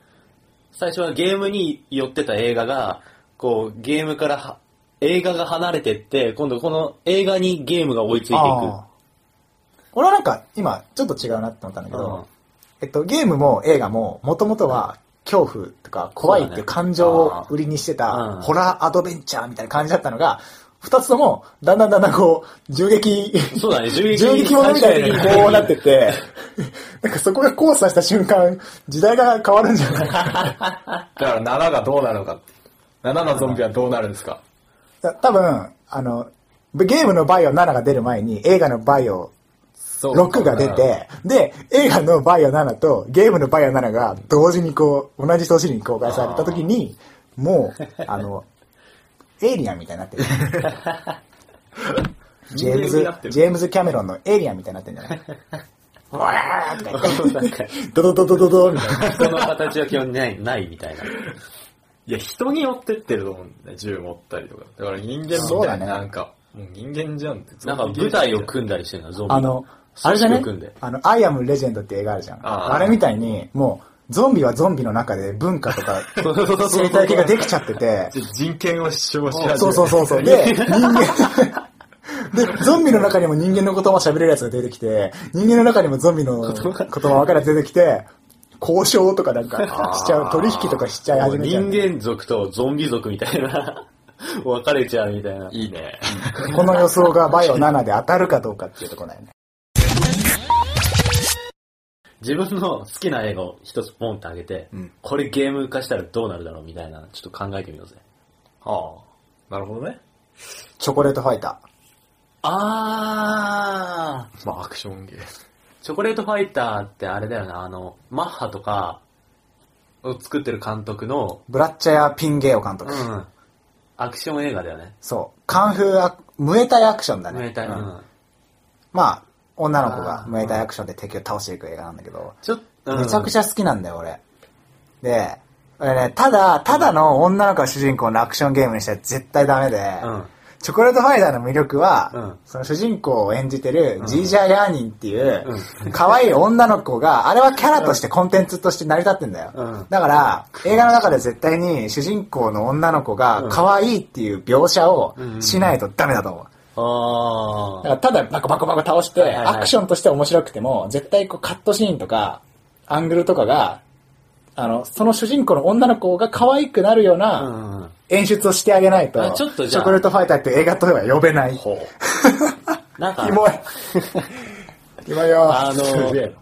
最初はゲームに寄ってた映画が、こう、ゲームからは、映画が離れてって、今度この映画にゲームが追いついていく。あー俺はなんか今ちょっと違うなって思ったんだけど、うんえっと、ゲームも映画ももともとは恐怖とか怖いっていう感情を売りにしてうんたホラーアドベンチャーみたいな感じだったのが、二つともだんだんだんだんこう銃撃、そうだね、銃撃 銃撃ものみたいにこうなってて、 なんかそこが交差した瞬間、時代が変わるんじゃないかだから7がどうなるのか。7のゾンビはどうなるんですか。な。多分、あの、ゲームのバイオ7が出る前に映画のバイオそ6が出。て、で、映画のバイオ7とゲームのバイオ7が同時にこう、同じ年に公開された時に、もう、あの、エイリアンみたいになってる。ジェ人ーム間にズなって、るジェームズ・キャメロンのエイリアンみたいになってるんじゃないうわーとか言なんっかて、ドドドドドドみたいな。 人の形は基本ない、ないみたいな。いや、人に寄ってってると思うんだよ、銃持ったりとか。だから人間そみうただいな、ねなんか、もう人間じゃんって。なんか舞台を組んだりしてるの、ゾンビが。あの、あれじゃね組んであの、アイアム・レジェンドって映画あるじゃん。あーあれみたいに、もう、ゾンビはゾンビの中で文化とか、そうそうそうそう生態系ができちゃってて、人権を主張し始めるそうそうそうそう。で、人間。で、ゾンビの中にも人間の言葉を喋れるやつが出てきて、人間の中にもゾンビの言葉分から出てきて、交渉とかなんかしちゃう、取引とかしちゃい始めちゃう。人間族とゾンビ族みたいな。分かれちゃうみたいな。いいね。この予想がバイオ7で当たるかどうかっていうところだよね。自分の好きな映画を一つポンってあげて、うんこれゲーム化したらどうなるだろうみたいな、ちょっと考えてみようぜ。はあ。なるほどね。チョコレートファイタあーまあ、アクションゲーチョコレートファイターってあれだよな、あの、マッハとかを作ってる監督の、ー。ブラッチャやピンゲオ監う督。ん、アクション映画だよね。そう。カンフーア、ムエタイアクションだね。ムエタイうんうんまあ、女の子あがームエタイアクションで敵を倒していく映画なんだけど、ちょっと、めちゃくゃ。ちゃ好きなんだよ、俺。で、俺ね、ただ、ただの女の子を主人公のアクションゲームにしては絶対ダメで、うんチョコレートファイターの魅力は、うんその主人公を演じてるジージャー・リャーニンっていうう、可愛い女の子が、あれはキャラとしてコンテンツとして成り立ってんだよ。うんだから、映画の中で絶対に主人公の女の子が可愛いっていう描写をしないとダメだと思う。だあーからただバコバコバコ倒して、はいはいはいアクションとしては面白くても、絶対こうカットシーンとか、アングルとかが、あの、その主人公の女の子が可愛くなるよううなんうん。演出をしてあげないと、あちょっとじゃあチョコレートファイターって映画とは呼べない。ほう。なん キモか、い。 キモいよ。あのすげ、え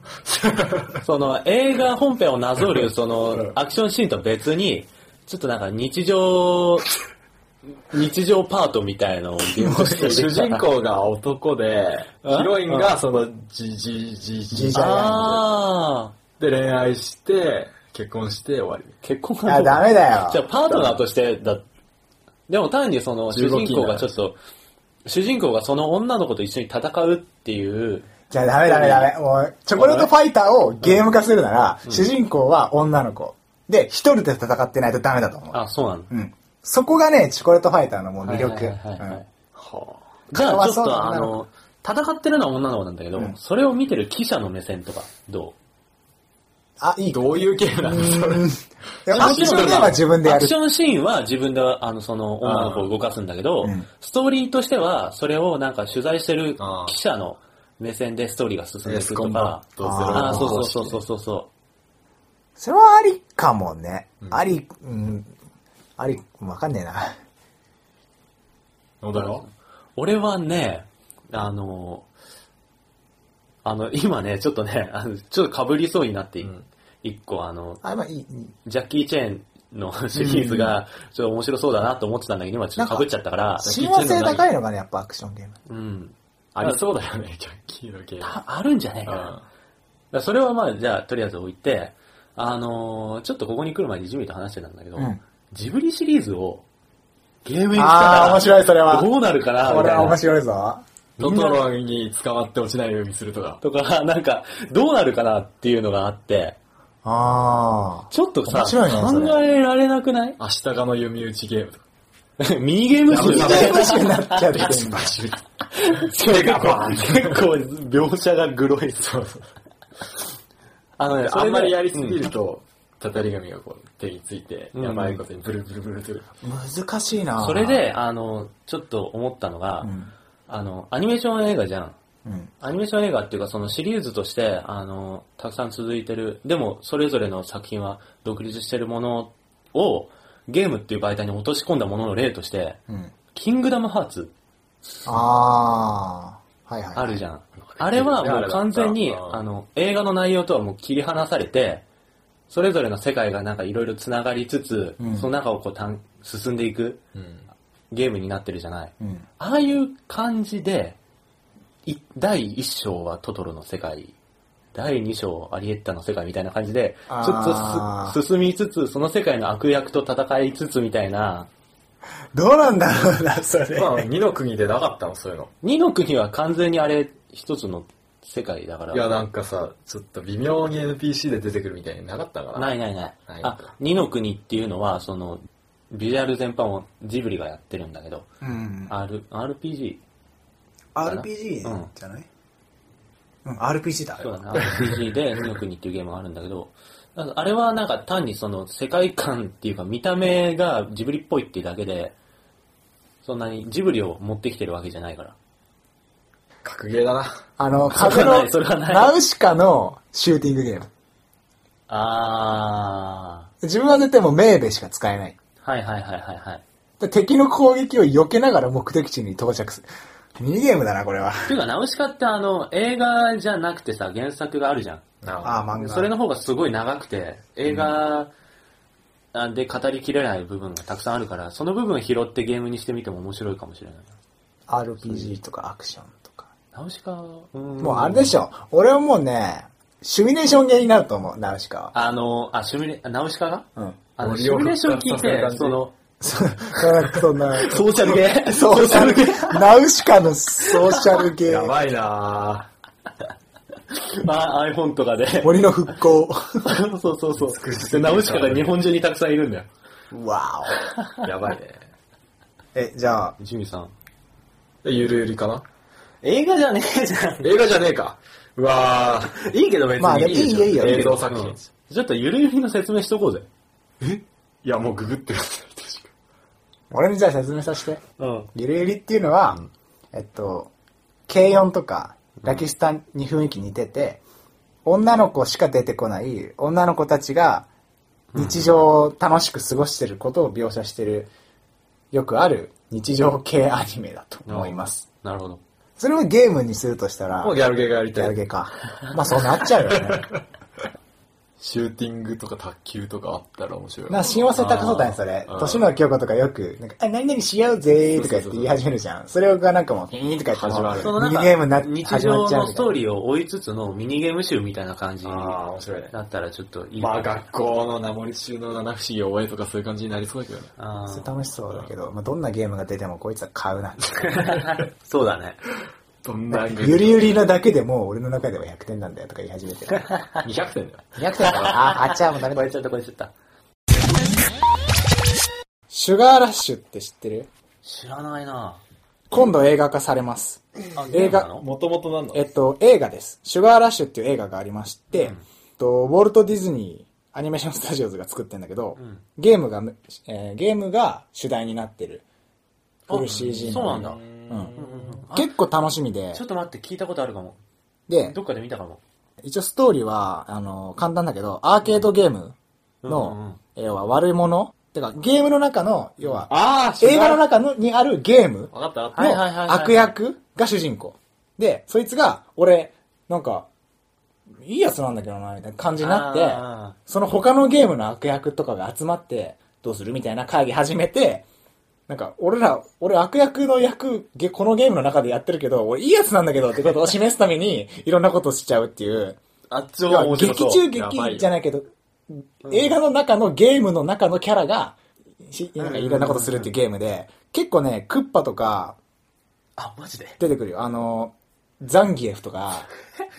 な。 その映画本編をなぞる、そのんアクションシーンと別に、ちょっとなんか日常、日常パートみたいのをゲームとして入主れ人た公が男で、ヒあロインがその、じじじじじああ、で恋愛して、結婚して終わり。結婚あ、ダメだよ。じゃあパートナーとしてだ、でも単にその主人公がちょっと、主人公がその女の子と一緒に戦うっていう、じゃあダメダメダメ。もう、チョコレートファイターをゲーム化するなら、主人公は女の子。で、一人で戦ってないとダメだと思う。あ、そうなんだ。うん。そこがね、チョコレートファイターのもう魅力。はいはいはいはいうんはあ。じゃあちょかっわいそうとなあの、戦ってるのは女の子なんだけど、うんそれを見てる記者の目線とか、どあ、いい。どういうゲームなんですかうんでうもアクションゲームは自分でやアクるシ。ョンシーンは自分で、あの、その女の子を動かすんだけど、うんストーリーとしては、それをなんか取材してるあー記者の目線でストーリーが進んでエいくスとコンバか、ットゼロあああー、そうそうそうそうそう。それはありかもねう。んあり、うん、あり、わかんねえな。う。野田は俺はね、あの、あの、今ね、ちょっとね、あのちょっと被りそうになってい、うん一個、あの、あ、まあいい、いい。ジャッキー・チェーンのシリーズが、ちょっと面白そうだなと思ってたんだけど、今ちょっと被っちゃったから、親和性高い。いのがね、やっぱアクションゲーム。うん。ありそうだよね、ジャッキーのゲーム。ああるんじゃねえかな。だからそれはまあ、じゃあ、とりあえず置いて、あのーちょっとここに来る前にジミーと話してたんだけど、うんジブリシリーズをゲームにしたああ、面ら、白い、それは。どうなるかな、みこれたいは面な。白いぞ。トトロに捕まって落ちないようにするとか。とか、なんか、どうなるかなっていうのがあって、ああ。ちょっとさ、面白いねそれ考えられなくない明日がの弓打ちゲームとか。 ミニゲーム集み一た体いな。無視になっちゃってんだ。結構、 結構描写がグロい。そう。あのね、それあでんまりやりすぎると、たたり神がこう手について、うんやばいことにブルブルブルブル。難しいなそれ、で、あの、ちょっと思ったのが、うん。あの、アニメーション映画じゃん。うん。アニメーション映画っていうか、そのシリーズとして、あの、たくさん続いてる、でも、それぞれの作品は独立してるものを、ゲームっていう媒体に落とし込んだものの例として、うん。キングダムハーツああ。はいはい。あるじゃん。あれはもう完全に、うんあの、映画の内容とはもう切り離されて、それぞれの世界がなんかいろいろ繋がりつつ、うんその中をこうたん進んでいくうん。ゲームになってるじゃない。うん。ああいう感じで、い第1章はトトロの世界、第2章アリエッタの世界みたいな感じで、ちょあーっとす進みつつ、その世界の悪役と戦いつつみたいな、どうなんだろうな、それ。まあ、二の国でなかったの、そういうの。二の国は完全にあれ一つの世界だから。いや、なんかさ、ちょっと微妙に NPC で出てくるみたいになかったから。ないい。ないない。ないあ、二の国っていうのは、その、ビジュアル全般をジブリがやってるんだけど、うん。 R、RPG? うん RPG じゃないうん、RPG だ。そうだな、RPG で二の国っていうゲームがあるんだけど、なんかあれはなんか単にその世界観っていうか見た目がジブリっぽいっていうだけで、そんなにジブリを持ってきてるわけじゃないから。格ゲーだな。あの、それ風はなのい、 それはない。ナウシカのシューティングゲーム。あ自分は絶対もうメーベしか使えない。ー。はいはいはいはいはい。で敵の攻撃を避けながら目的地に到着する。ミニゲームだな、これは。っていうか、ナウシカってあの、映画じゃなくてさ、原作があるじゃん。なあああ、漫画。それの方がすごい長くて、映画あで語りきれない部分がたくさんあるから、その部分拾ってゲームにしてみても面白いかもしれないな。 RPG とかアクションとか。ナウシカ、うんもうあれでしょ。俺はもうね、シミュレーションゲーになると思う、ナウシカは。あの、あ、シミュレ、ナウシカがうん。あの、シ森をミュレーション聞い復活させる感て、じその、そなんかそんな、ソーシャルゲ ーソーシャルゲー。ナウシカのソーシャルゲやー。ばいなまあ、iPhone とかで。 森の復興。そうそうそう。でナウシカが日本中にたくさんいるんだよ。わぁやばいね。お。え、じゃあ、ジミーさん。でゆるゆりかな映画じゃねえじゃん。映画じゃねえか。うわいいけど別に。まあでもいいよいいよ。映像作品。うんちょっとゆるゆるの説明しとこうぜ。いや、もうググってる。俺にじゃあ説明させて。うん。ゆるゆりっていうのは、えっと、軽音とか、ラキスタに雰囲気似てて、女の子しか出てこない、女の子たちが日常を楽しく過ごしてることを描写してる、よくある日常系アニメだと思います。なるほど。それをゲームにするとしたら、もうギャルゲーがやりギたャルい。ゲか。まあそうなっちゃうよ ね。シューティングとか卓球とかあったら面白い。な、親和性高そうだね、それ。年の京子とかよく、なんか、あ、何々しようぜーとか言って言い始めるじゃん。それがなんかもう、ピーンとか言ってもう始まるそのなミんかニゲームになっ日始ま常っちゃうのみスたいトーな。リーを追いつつのミニゲーム集みたいな感じああ、面白いね。だったらちょっといいかまもあ学校の名残中の七不思議を終えとかそういう感じになりそうだけどね。あそれー楽しそうだけど、まあ、どんなゲームが出てもこいつは買う な。そうだね。どんなゆりゆりのだけでもう俺の中では100点なんだよとか言い始めて る。 200点だ よ。 200点だろあ、あっちゃうもうダメこだれ。ちょっとこれちょっと。 シュガーラッシュって知ってる知らないな今度映画化されます。あ映画ゲームなのもともとなんだえっと、映画です。シュガーラッシュっていう映画がありまして、とウォルト・ディズニーアニメーション・スタジオズが作ってんだけど、んゲームが、えーゲームが主題になってる。フルあ CG のそうなんだ。うん結構楽しみでちょ、っと待って、聞いたことあるかも。でど、っかで見たかも。一応ストーリーは、あの、簡単だけど、アーケードゲームうんうんうんの、要は悪者てか、ゲームの中の、要は、ああ映画の中のにあるゲームわかったわかった。はいはいはいはい。の悪役が主人公。で、そいつが、俺、なんか、いいやつなんだけどな、みたいな感じになって、あその他のゲームの悪役とかが集まって、どうするみたいな会議始めて、なんか、俺ら、俺悪役の役、げこのゲームの中でやってるけど、俺いいやつなんだけどってことを示すために、 いろんなことをしちゃうっていう、いやあっち要は劇中劇じゃない。ないけど、映画の中のゲームの中のキャラが、しなんかいろんなことするっていうゲームで、結構ね、クッパとか、あ、マジで。 出てくるよ。あの、ザンギエフとか、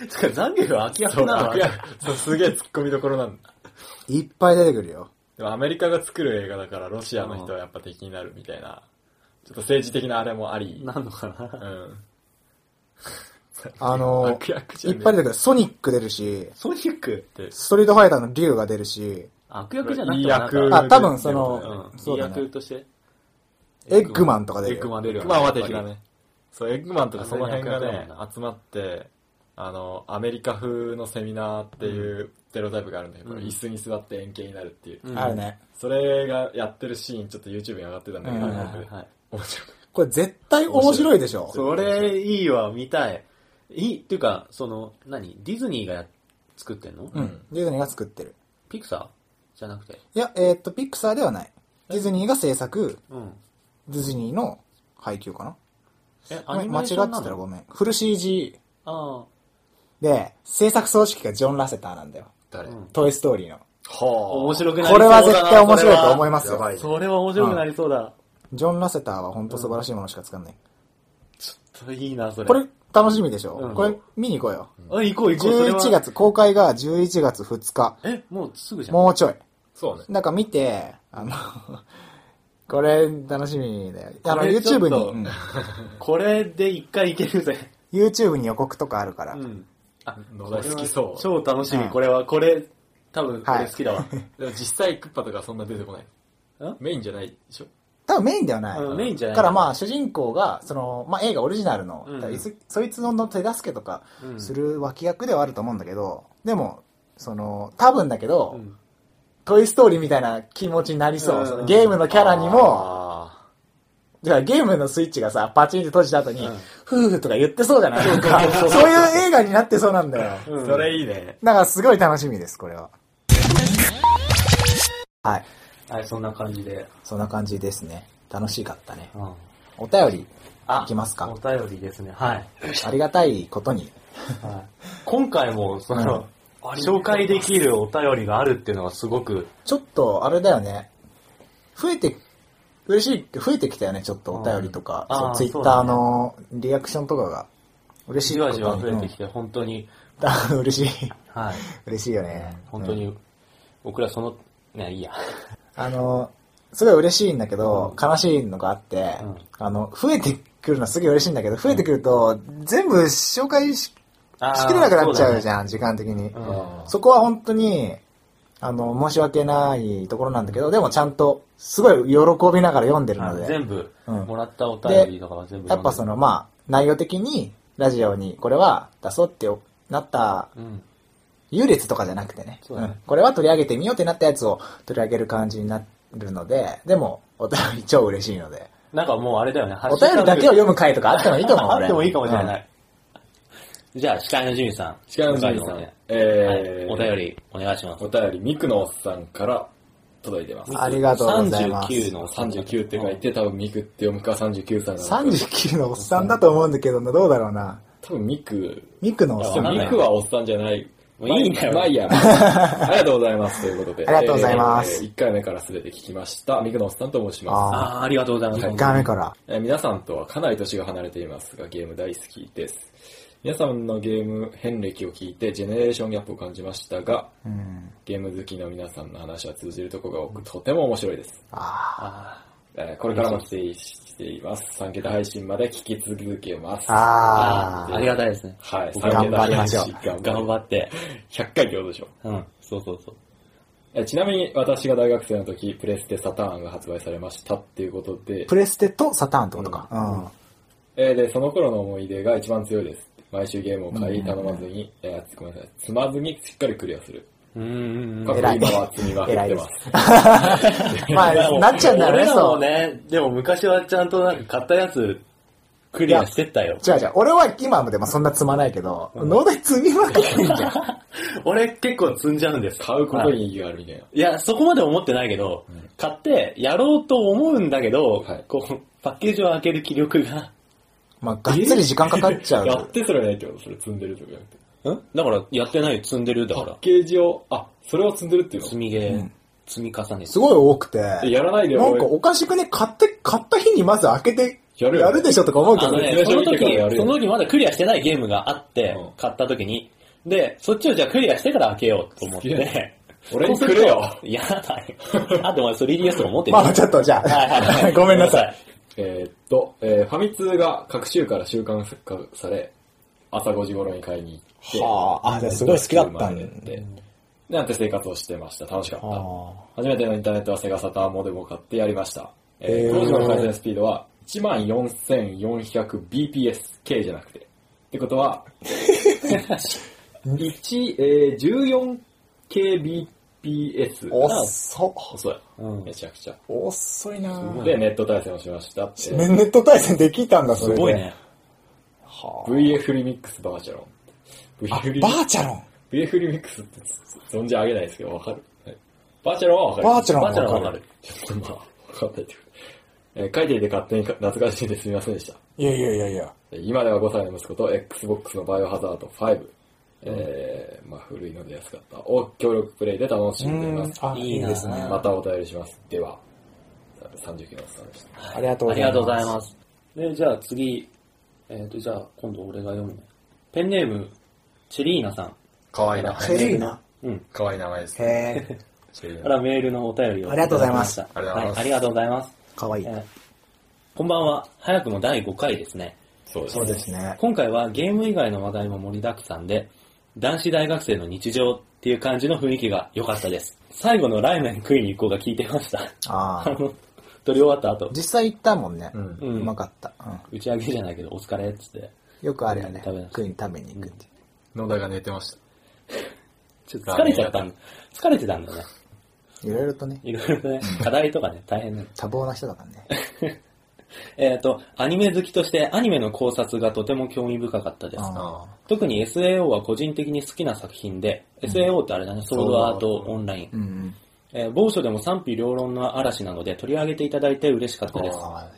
つか、ザンゲルは悪役そう、なの悪役そうすげえ突っ込みどころなんだ。いっぱい出てくるよ。でもアメリカが作る映画だからロシアの人はやっぱ敵になるみたいな、ちょっと政治的なあれもあり。なんのかうな。ん。あ の悪、役じいゃっねぱい出てくる。ソニック出るし、ソニックって。ストリートファイターの竜が出るし、悪役じゃなくてもなんか。いい役あ、多分そ出のる、うん。そそううだね役として。エッグマンとかエ出るッグよ。マン出るよね。エッグマンはエッ敵グマだンねは敵そう、エッグマンとかその辺が完全に悪ね役だもん、集まって、あの、アメリカ風のセミナーっていうテロタイプがあるんだけど、うん椅子に座って円形になるっていう。うんあるね。それがやってるシーン、ちょっと YouTube に上がってたんだけど、うん韓国ではい。面白いこれ絶対面白いでしょ。それいいわ、見たい。いい、っていうか、その、何ディズニーがや作ってんのうん。ディズニーが作ってる。ピクサーじゃなくて。いや、えーっと、ピクサーではない。ディズニーが制作、うん。ディズニーの配給かな。え、ごアめニんメ間違っーてシたョンならごのめん。フル CG あで、制作総指揮がジョン・ラセターなんだよ。誰、あ。うん。トイストーリーの。あは面白くなりそこうれだはな。絶対面白いと思いまますよ。それは面白くなりそうだ。ジョン・ラセターは本当素晴らしいものしか作んない。それいいな、それ。これ、楽しみでしょ、うんこれ見に行こうよ。あ、行こう行こう。それは11。月、公開が11月2日。え、もうすぐじゃん。もうちょい。そうね。なんか見て、あの、 これ楽しみだよ。あの、これちょっ YouTube とに、うんこれで一回いけるぜ。 YouTube に予告とかあるから。うん。あ、野田好きそう超楽しみ、うんこれは。これ、多分、こはいれ好き だわ。でも実際クッパとかそんな出てこない。んメインじゃないでしょ多分メインではない。うんメインじゃない。だからまあ、主人公が、その、まあ映画オリジナルの、うんだからいつそいつの手助けとかうんする脇役ではあると思うんだけど、でも、その、多分だけど、うん、トイストーリーみたいな気持ちになりそう。うんそのゲームのキャラにも、あじゃあゲームのスイッチがさ、パチンって閉じた後に、うんふーふーとか言って そうじゃないなんかそうそうそうそういう映画になってそうなんだよ。ーうんそれいいね。だからすごい楽しみです、これは。はい。はい、そんな感じで。そんな感じですね。楽しかったね。うん。お便り、あいきますかお便りですね。はい。ありがたいことに。はい、今回も、その、紹介できるお便りがあるっていうのはすごく、ちょっと、あれだよね。増えて、嬉しい、増えてきたよね、ちょっとお便りとか。うんそうあーツイッそうターだねのリアクションとかが、嬉しいじこわとじわ増えてきて、本当に、うん 嬉しい。はい。嬉しいよね。本当うん。に、僕らその、ね、いいや。あの、すごい嬉しいんだけど、悲しいのがあってうん、あの、増えてくるのすげえ嬉しいんだけど、増えてくると、全部紹介ししきれなくなっちゃうじゃん。ゃん、時間的に。うんそこは本当に、あの、申し訳ないところなんだけど、でもちゃんと、すごい喜びながら読んでるので、全部、うんもらったお便りとかは全部やっぱその、の、まあ、内容的に、ラジオにこれは出そうってなったうん。優劣とかじゃなくてねそうだねんこれは取り上げてみようってなったやつを取り上げる感じになるので、でも、お便り超嬉しいので、なんかもうあれだよね、お便りだけを読む回とかあってもいいと思う、あ俺。ってもいいかもしれうんない。じゃあ、司会のジミーさん。司会のジミーさん今回のねえーはいお便り、お願いしますお。便り、ミクのおっさんから届いてます。ありがとうございます39の39って書いて、多分ミクって読むか39歳なのか。 39 39のおっさんだと思うんだけどな、どうだろうな。多分ミク、ミクのおっあさでんもわかんないミクはおっさんじゃない。もういいんだよまあいいや。ありがとうございます。ということで。ありがとうございます1回目からすべて聞きました。ミクのおっさんと申します。あああ、ありがとうございます。ー、1回目から。えー皆さんとはかなり年が離れていますが、ゲーム大好きです。皆さんのゲーム遍歴を聞いて、ジェネレーションギャップを感じましたが、うん。ゲーム好きの皆さんの話は通じるとこが多く、とても面白いです。ああえーこれからも期待しています。3桁配信まで聞き続けます。あ。ーああー、あ。ありがたいですね。はい、3頑張りましょう 頑張頑る張って。 100回ってことでしょ。うん、そうそうそう。えちなみに私が大学生の時、プレステサターンが発売されましたっていうことで、プレステとサターンってことか。うん。えーで、その頃の思い出が一番強いです。毎週ゲームを買い、頼まずに、えーごめんなさい、積まずにしっかりクリアする。うーん。過去偉い今は積みまくっ偉いてでますす。。まあ、なっちゃうんだろうね、俺らそもう。ね、でも昔はちゃんとなんか買ったやつ、クリアしてったよ。じゃあじゃあ、俺は今までもそんな積まないけど、脳内積みまくってんじゃん。俺結構積んじゃうんです。買うことに意義があるみたいな。いや、そこまで思ってないけど、買ってやろうと思うんだけど、はいこう、パッケージを開ける気力が。まあ、がっつり時間かかっちゃやっう。てそれはないけど、それ積んでるとかじゃなくて。んだから、やってない、積んでるだパかッら。ケージを、あ、それを積んでるっていうの積みゲー、積み重ね。すごい多くて。えやらないでよなんかおかしくね、買って、買った日にまず開けて、やるよねやるでしょとか思うけあどのね。ね、そ説の明書見てからやる時、よその時まだクリアしてないゲームがあってうん、買った時に。で、そっちをじゃあクリアしてから開けようと思っすげえて。俺にくれよ。やだよ。あとお前、それ 3DS を持っ てるまあ、ちょっとじゃはいはいはあ、ごめんなさい。。えーっと、えーファミ通が各週から週刊化され、朝5時頃に買いに行って、はあ、あ、じゃあすごい好きだったんだ。で、なんて生活をしてました。楽しかった。あ初めてのインターネットはセガサターンモデルを買ってやりました。えへー、ー当時の回線スピードは 14,400bps じゃなくて。ってこと は、1、えー、14kbps。ー遅っ。遅い。うんめちゃくちゃ。遅いなぁで、ネット対戦をしました。えーねネット対戦できたんだ、そすれで。ごいね。はあ。 VF リミックスバーチャロン。あ VF リミバッーチャロン。クス VF リミックスって存じ上げないですけど、わかる、はいバーチャロンはわかる。バーチャロンバーチャルはわわかかるる。。ちょっとまあ、わかんないってことえー書いていて勝手に懐かしいんですみませんでした。いやいやいやいや。えー今では5歳の息子と Xbox のバイオハザード5、えー、まあ古いので安かった、を協力プレイで楽しうんでいまんす。。あ、いいいいなぁですね。またお便りします。では、39のおっさんでした。ありがとうごあざりいます。がとうございます。で、じゃあ次、えっ、と、じゃあ今度俺が読むね。ペンネーム、チェリーナさん。かわいいな。チェリーナ。うん。かわいい名前です。へえ、チェリーかナらメールのお便りを。ありがとうございますただありきがとうございますはい、ありがとうございます。かわいいえ。ーこんばんは。早くも第5回ですね。そうですそうですね。今回はゲーム以外の話題も盛りだくさんで、男子大学生の日常っていう感じの雰囲気が良かったです。最後のラーメン食いに行こうが聞いてました。 あああ。の、撮り終わった後、実際行ったもんね。うんうんうまかった。うん。打ち上げじゃないけどお疲れっつって。よくあるよね。食べました食いに食べに行くって。野田が寝てま した。ちょっと疲れちゃったん疲れてたんだね。いろいろとね、いろいろとね、課題とかね、大変なの。多忙な人だからね。えっ、と、アニメ好きとしてアニメの考察がとても興味深かったです。あ特に SAO は個人的に好きな作品で、SAO ってあれだね、ソードアートオンラインー。うんうん。えー某所でも賛否両論の嵐なので取り上げていただいて嬉しかったです。あ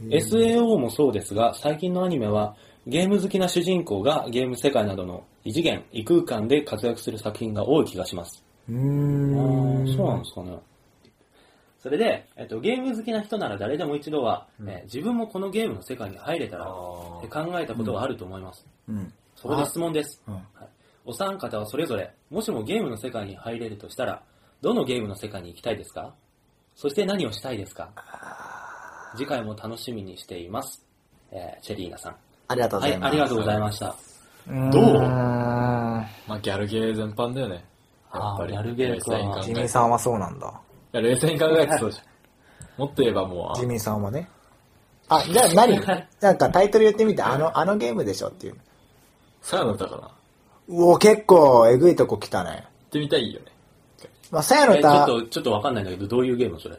SAO もそうですが、最近のアニメは、ゲーム好きな主人公がゲーム世界などの異次元、異空間で活躍する作品が多い気がします。ーうーあん。ーそうなんですかね。それで、えっと、ゲーム好きな人なら誰でも一度は、えー自分もこのゲームの世界に入れたらって考えたことがあると思います。うん。そこで質問です、うんはいお三方はそれぞれ、もしもゲームの世界に入れるとしたら、どのゲームの世界に行きたいですかそして何をしたいですか次回も楽しみにしています。えーチェリーナさん。ありがとうごはざい、います。ありがとうございました。どうまあギャルゲー全般だよね。やっぱり。あーギャルゲーか冷ジ静にミ考えーて。いさんはそうなんだ。や、冷静に考えてそうじゃん。もっと言えばもう、ジミーさんはね。あ、じゃあ 何なんかタイトル言ってみて、あの、あのゲームでしょっていう。さやの歌かな。行うお、結構えぐいとこ来たね。ってみたいよね。まあ、さやえの、ーちょったと、ちょっとわかんないんだけど、どういうゲームそれ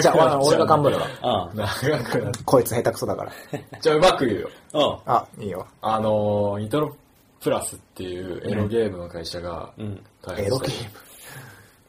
じゃあ、わ俺が頑張るわ。あ長くなっこいつ下手くそだから。ちゃう。うまく言うよ。あ。うん。あ、いいよ。あのー、ニトロプラスっていうエロゲームの会社がうん開エ発ロした、ゲーム。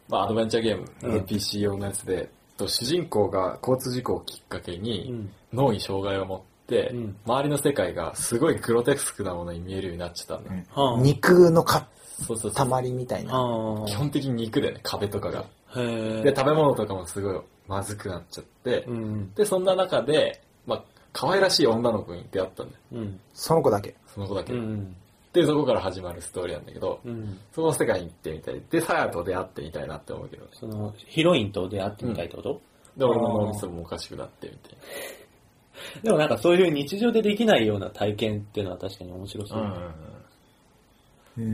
まあ、アドベンチャーゲーム、PC 用のやつで、と主人公が交通事故をきっかけに、うん脳に障害を持って、うん周りの世界がすごいグロテスクなものに見えるようになっちゃったんだ、うんはあ。肉の塊そうそうそう。みたいな。は基本的に肉でね、壁とかが。あ。へえ。で、食べ物とかもすごいまずくなっちゃって、うん。で、そんな中で、まあ、可愛らしい女の子に出会ったんだよ。うん。その子だけ。その子だけ。うん。で、そこから始まるストーリーなんだけど、うん。その世界に行ってみたい。で、サヤと出会ってみたいなって思うけどね。その、ヒロインと出会ってみたいってこと、で、俺の脳みそもおかしくなってみたいな。でもなんかそういう日常でできないような体験っていうのは確かに面白そう。う。うん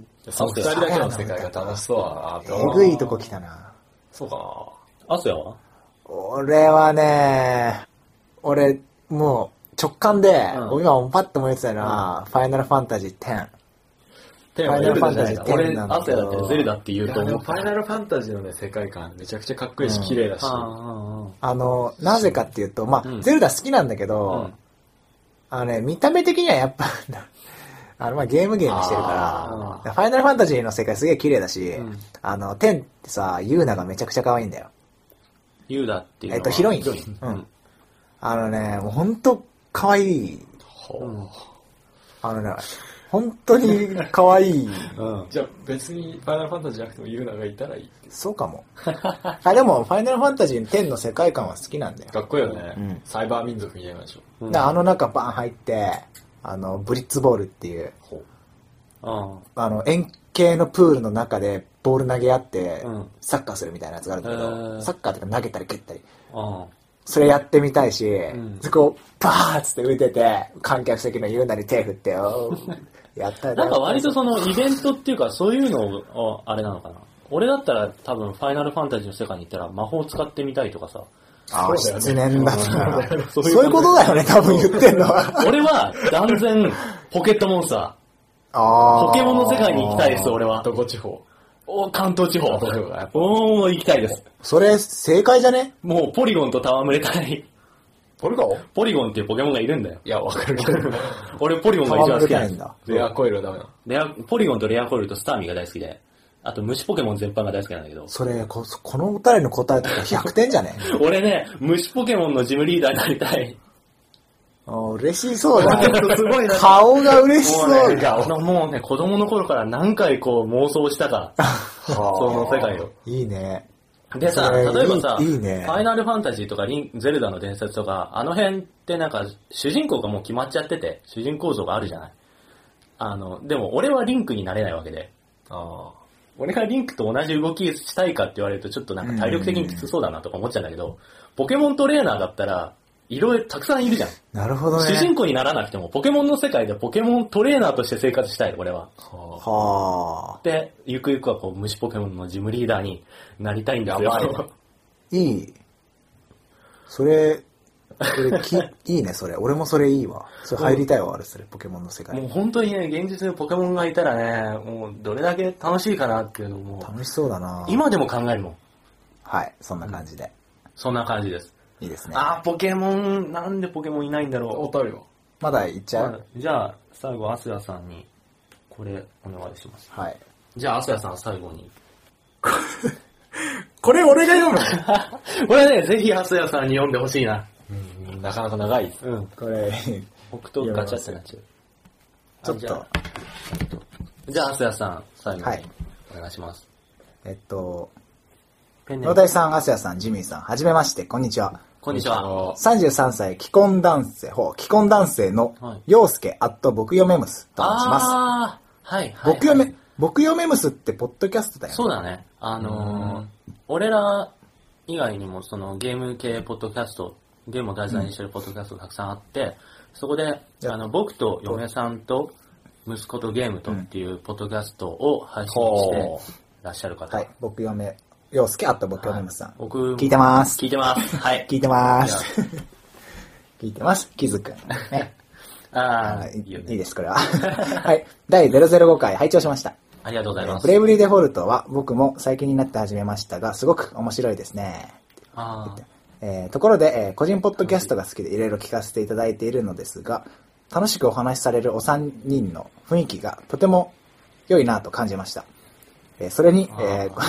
んその二人だけの世界が楽しそうだなってえ思う。ぐいとこ来たな。そうかアスヤは俺はね、俺、もう、直感で、うん今パッと思いついたのは、ファイナルファンタジー10。な。ファイナルファンタジテーーマは夜じゃない俺10俺、なんアだスけヤどだってゼルダって言ういとやで思もっフた。ァイナルファンタジーのね、世界観めちゃくちゃかっこいいし、うん綺麗だし。ああの、なぜかっていうと、まあ、うんゼルダ好きなんだけあ、ど、あのね、見た目的にはやっぱ、 あの、まあ、ゲームゲームしてるあから、ファイナルファンタジーの世界すげえ綺麗だし、うんあの、10ってさ、ユーナがめちゃくちゃ可愛いんだよ。ユーダっていうのえは。っと、ヒロイン。ううんん。あのね、もうほんと可愛い。ほあのね、本当に可愛い。うじゃあ別にファイナルファンタジーじゃなくてもユーナがいたらいい。そうかも。あ、でも、ファイナルファンタジーの10の世界観は好きなんだよ。かっこいいよね。うんサイバー民族みたいなんでしょ。うんであの中バーン入って、あの、ブリッツボールっていう、ほう。ああの、円形のプールの中でボール投げ合って、うんサッカーするみたいなやつがあるんだけど、へーサッカーとか投げたり蹴ったり、あ。あそれやってみたいし、んそこをバーッつって浮いてて、観客席の言うなり手振って、お ーやったあ。よなんか割とそのイベントっていうかそういうのを、ああれなのかな。俺だったら多分ファイナルファンタジーの世界に行ったら魔法使ってみたいとかさ。あー、そうだ失念だう。なん そういうことだよね、多分言ってんのは。俺は断然ポケットモンスタあー。ー ポケモンの世界に行きたいです、俺は。どこ地方お関東地方関東地方がやっ。ぱおー、行きたいです。それ、正解じゃねもうポリゴンと戯れたい。ポルガオポリゴンっていうポケモンがいるんだよ。いや、わかるけど。俺ポリゴンが一戯番れ好きたないんんだ。だ。レアコイルはダメなの。レア、ポリゴンとレアコイルとスターミーが大好きで、あと虫ポケモン全般が大好きなんだけど、それ、こ、このお二人の答えとか100点じゃ ね俺ね、虫ポケモンのジムリーダーになりたい。あー嬉しそうだ。 すごいな顔が嬉しもそううね、だ。あのもうね、子供の頃から何回こう妄想したか、その世界を。いいね。でさ、え例ーえばさ、いいいいねファイナルファンタジーとかリン、ゼルダの伝説とか、あの辺ってなんか、主人公がもう決まっちゃってて、主人公像があるじゃない。あの、でも俺はリンクになれないわけで、あ俺がリンクと同じ動きしたいかって言われるとちょっとなんか体力的にきつそうだなとか思っちゃうんだけど、ポケモントレーナーだったら、いろいろたくさんいるじゃん。なるほどね。主人公にならなくても、ポケモンの世界でポケモントレーナーとして生活したい、俺は。あ。はあ。はあ。で、ゆくゆくはこう、虫ポケモンのジムリーダーになりたいんですやよばいわ。いい。それ、それ き、いいね、それ。俺もそれいいわ。それ入りたいわ、あれ、それ、ポケモンの世界もう。本当にね、現実にポケモンがいたらね、もうどれだけ楽しいかなっていうのも、楽しそうだな今でも考えるもん。はい、そんな感じで。そんな感じです。いいですね。あー、ポケモン、なんでポケモンいないんだろう。おたるよ。まだ行っちゃうじゃあ、最後、アスヤさんに、これ、お願いします。はい。じゃあ、アスヤさん、最後に。これ俺が読むこれね、ぜひ、アスヤさんに読んでほしいな。うん、なかなか長い。うん。 これ、僕とガチャってなっちゃう。ちょっじゃと、あ、じゃあ、アスヤさん、最後はにい、お願いします。えっと、ペンネー野ム田さん、アスヤさん、ジミーさん、はじめまして、こんにちは。こんにちは。 33歳、既婚男性、ほう、既婚男性のはい、陽介、アット、僕嫁むす、と申します。あー、はい、はい。僕嫁、僕嫁むすって、ポッドキャストだよね。そうだね。あのー俺ら以外にもそのゲーム系ポッドキャスト、ゲームを題材にしてるポッドキャストたくさんあって、そこで、やあの、僕と嫁さんと息子とゲームとっていうポッドキャストを配信してほらっしゃる方。はい、僕嫁、陽介、アット、僕嫁むすさん。僕、聞いてます。聞いてます。はい。聞いてます。 聞いてます。キ ズくん。ね。あはあ、い、いいいよいね。です、こ れは。はい。第005回、拝聴しました。ありがとうございますブ。レイブリーデフォルトは僕も最近になって始めましたが、すごく面白いですね。あえーところで、えー個人ポッドキャストが好きでいろいろ聞かせていただいているのですが、楽しくお話しされるお三人の雰囲気がとても良いなと感じました。えーそれに、えー こ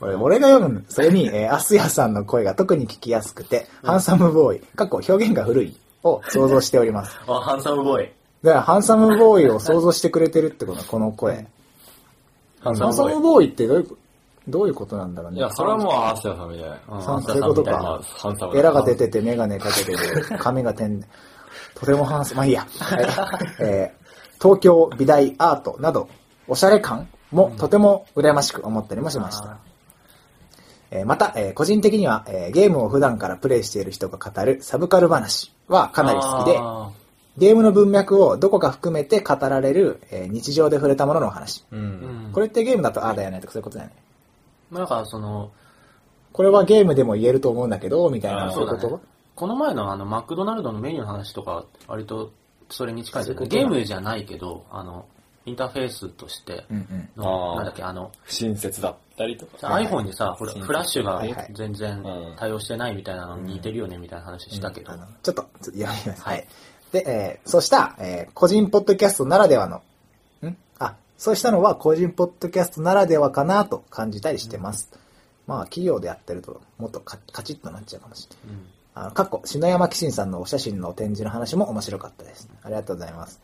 俺俺が読むの、それに、えー、アスヤさんの声が特に聞きやすくて、ハンサムボーイ、過去表現が古いを想像しております。あ、ハンサムボーイ。で、ハンサムボーイを想像してくれてるってことは、この声。ハンハンサムボーイってどういうこ、どういうことなんだろういねや、。それはもう、アーシャさんみたいな。そハうンサそうムいうことさんみたいなか。ハンサムエラが出てて、メガネかけてて、髪が点で。とてもハンサム、まあいいや。はいえー東京美大アートなど、おしゃれ感もとても羨ましく思ったりもしました。えーまた、えー個人的には、えーゲームを普段からプレイしている人が語るサブカル話はかなり好きで、ゲームの文脈をどこか含めて語られる、えー日常で触れたもののお話。うん。これってゲームだとああだよねとかそういうことだよね。まあ、なんか、その、これはゲームでも言えると思うんだけど、みたいあな、ーそういうこそうだとこの前のあの、マクドナルドのメニューの話とか、割と、それに近いですよね。ゲームじゃないけど、あの、インターフェースとしてうんうん。あの、ーなんだっけ、あの、不親切だったりとか。はいはい iPhone にさ、ほらうんフラッシュがはいはい全然うん対応してないみたいなのに似てるよね、みたいな話したけどあ。のちょっと、ちょっとやめます。はい。で、えーそうした、えー個人ポッドキャストならではの、んあ、そうしたのは個人ポッドキャストならではかなと感じたりしてます。まあ、企業でやってると、もっとカカチッとなっちゃうかもしれない。うんあの、かっこ、篠山紀信さんのお写真の展示の話も面白かったです。ありがとうございます。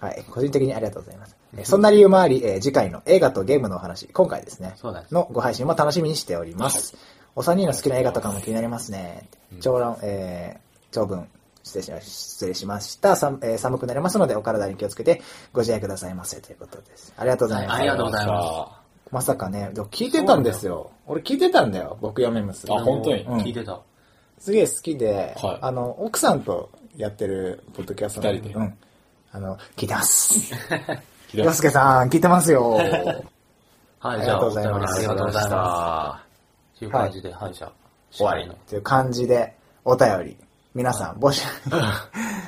はい、個人的にありがとうございます。えーそんな理由もあり、えー次回の映画とゲームのお話、今回ですね、そうだねのご配信も楽しみにしております。お三人の好きな映画とかも気になりますね。長論、えー長文、失礼しま失礼しました、さんえー寒くなりますので、お体に気をつけてご自愛くださいませということです。ありがとうございます。ありがとうございますまさかね、でも聞いてたんですよ。俺聞いてたんだよ、僕読めむす。あ本当にうん聞いてた。すげえ好きで、はいあの、奥さんとやってるポッドキャストなん二人でうん。あの、聞いてま聞す。いてま洋介さん、聞いてますよ。はあい、りじがゃとあ、うございますお便りありがとうございまあす。という感じで、はい、じゃあ、終わりの。という感じで、お便り、皆さん募集。ー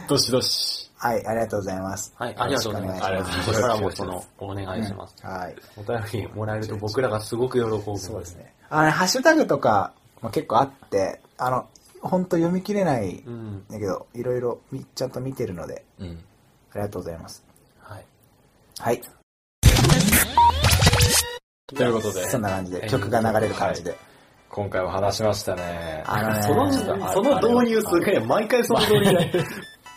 どしどし。はい、ありがとうございます。はい、ありがとうございます。よろしくお願いしこれからもその、お願いします。ます。はい。お便りもらえると僕らがすごく喜ぶ。そうですね。あのね、ハッシュタグとかも結構あって、あの、ほんと読み切れないんうん。だけど、いろいろみちゃんと見てるので、うん。ありがとうございます。はい。はい。ということで、そんな感じで、曲が流れる感じで。今回は話しましたね。あのねい、毎回その導入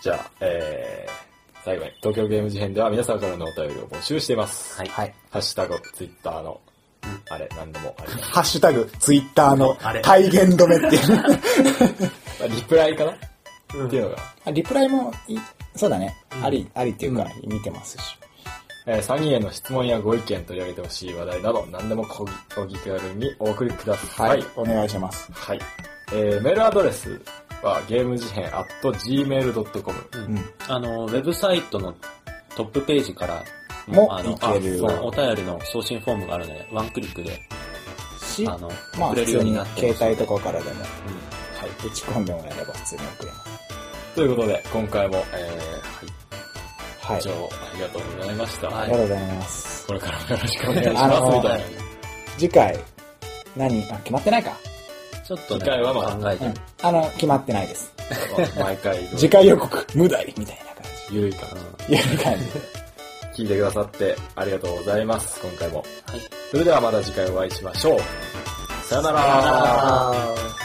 じゃあ、えー、最後に、東京ゲーム事変では皆さんからのお便りを募集しています。はいはい。ハッシュタグ、ツイッターの、あれ、何でもあります。ハッシュタグ、ツイッターのあれ体現止めっていう。まあリプライかな、っていうのが、あ。リプライもいい、そうだね。あり、ありっていうか、見てますし。えー、3人への質問やご意見取り上げてほしい話題など、何でもこぎお気軽にお送りください。はい。お願いします。はい。えーメールアドレスはゲーム事変 at gmail.com。あの、ウェブサイトのトップページから、もあのいけるあそうお便りの送信フォームがあるので、ワンクリックで、し、あの、まあ、送れ普るよ通うにになってます携帯とかからでも、はい、打ち込んでもらえれば普通に送れます。ということで、今回も、えー、ははい、い以。上、ありがとうございました。ありがとうございます。これからもよろしくお願いしあます、のみたいな。次回、何あ、決まってないか。ちょっとね、次回はまあ考えてうるん。あの、決まってないです。毎 回、次回予告、無題みたいな感ゆるいかな。じ。いう感じで。聞いてくださってありがとうございます、今回も。はいそれではまた次回お会いしましょう。さよならあー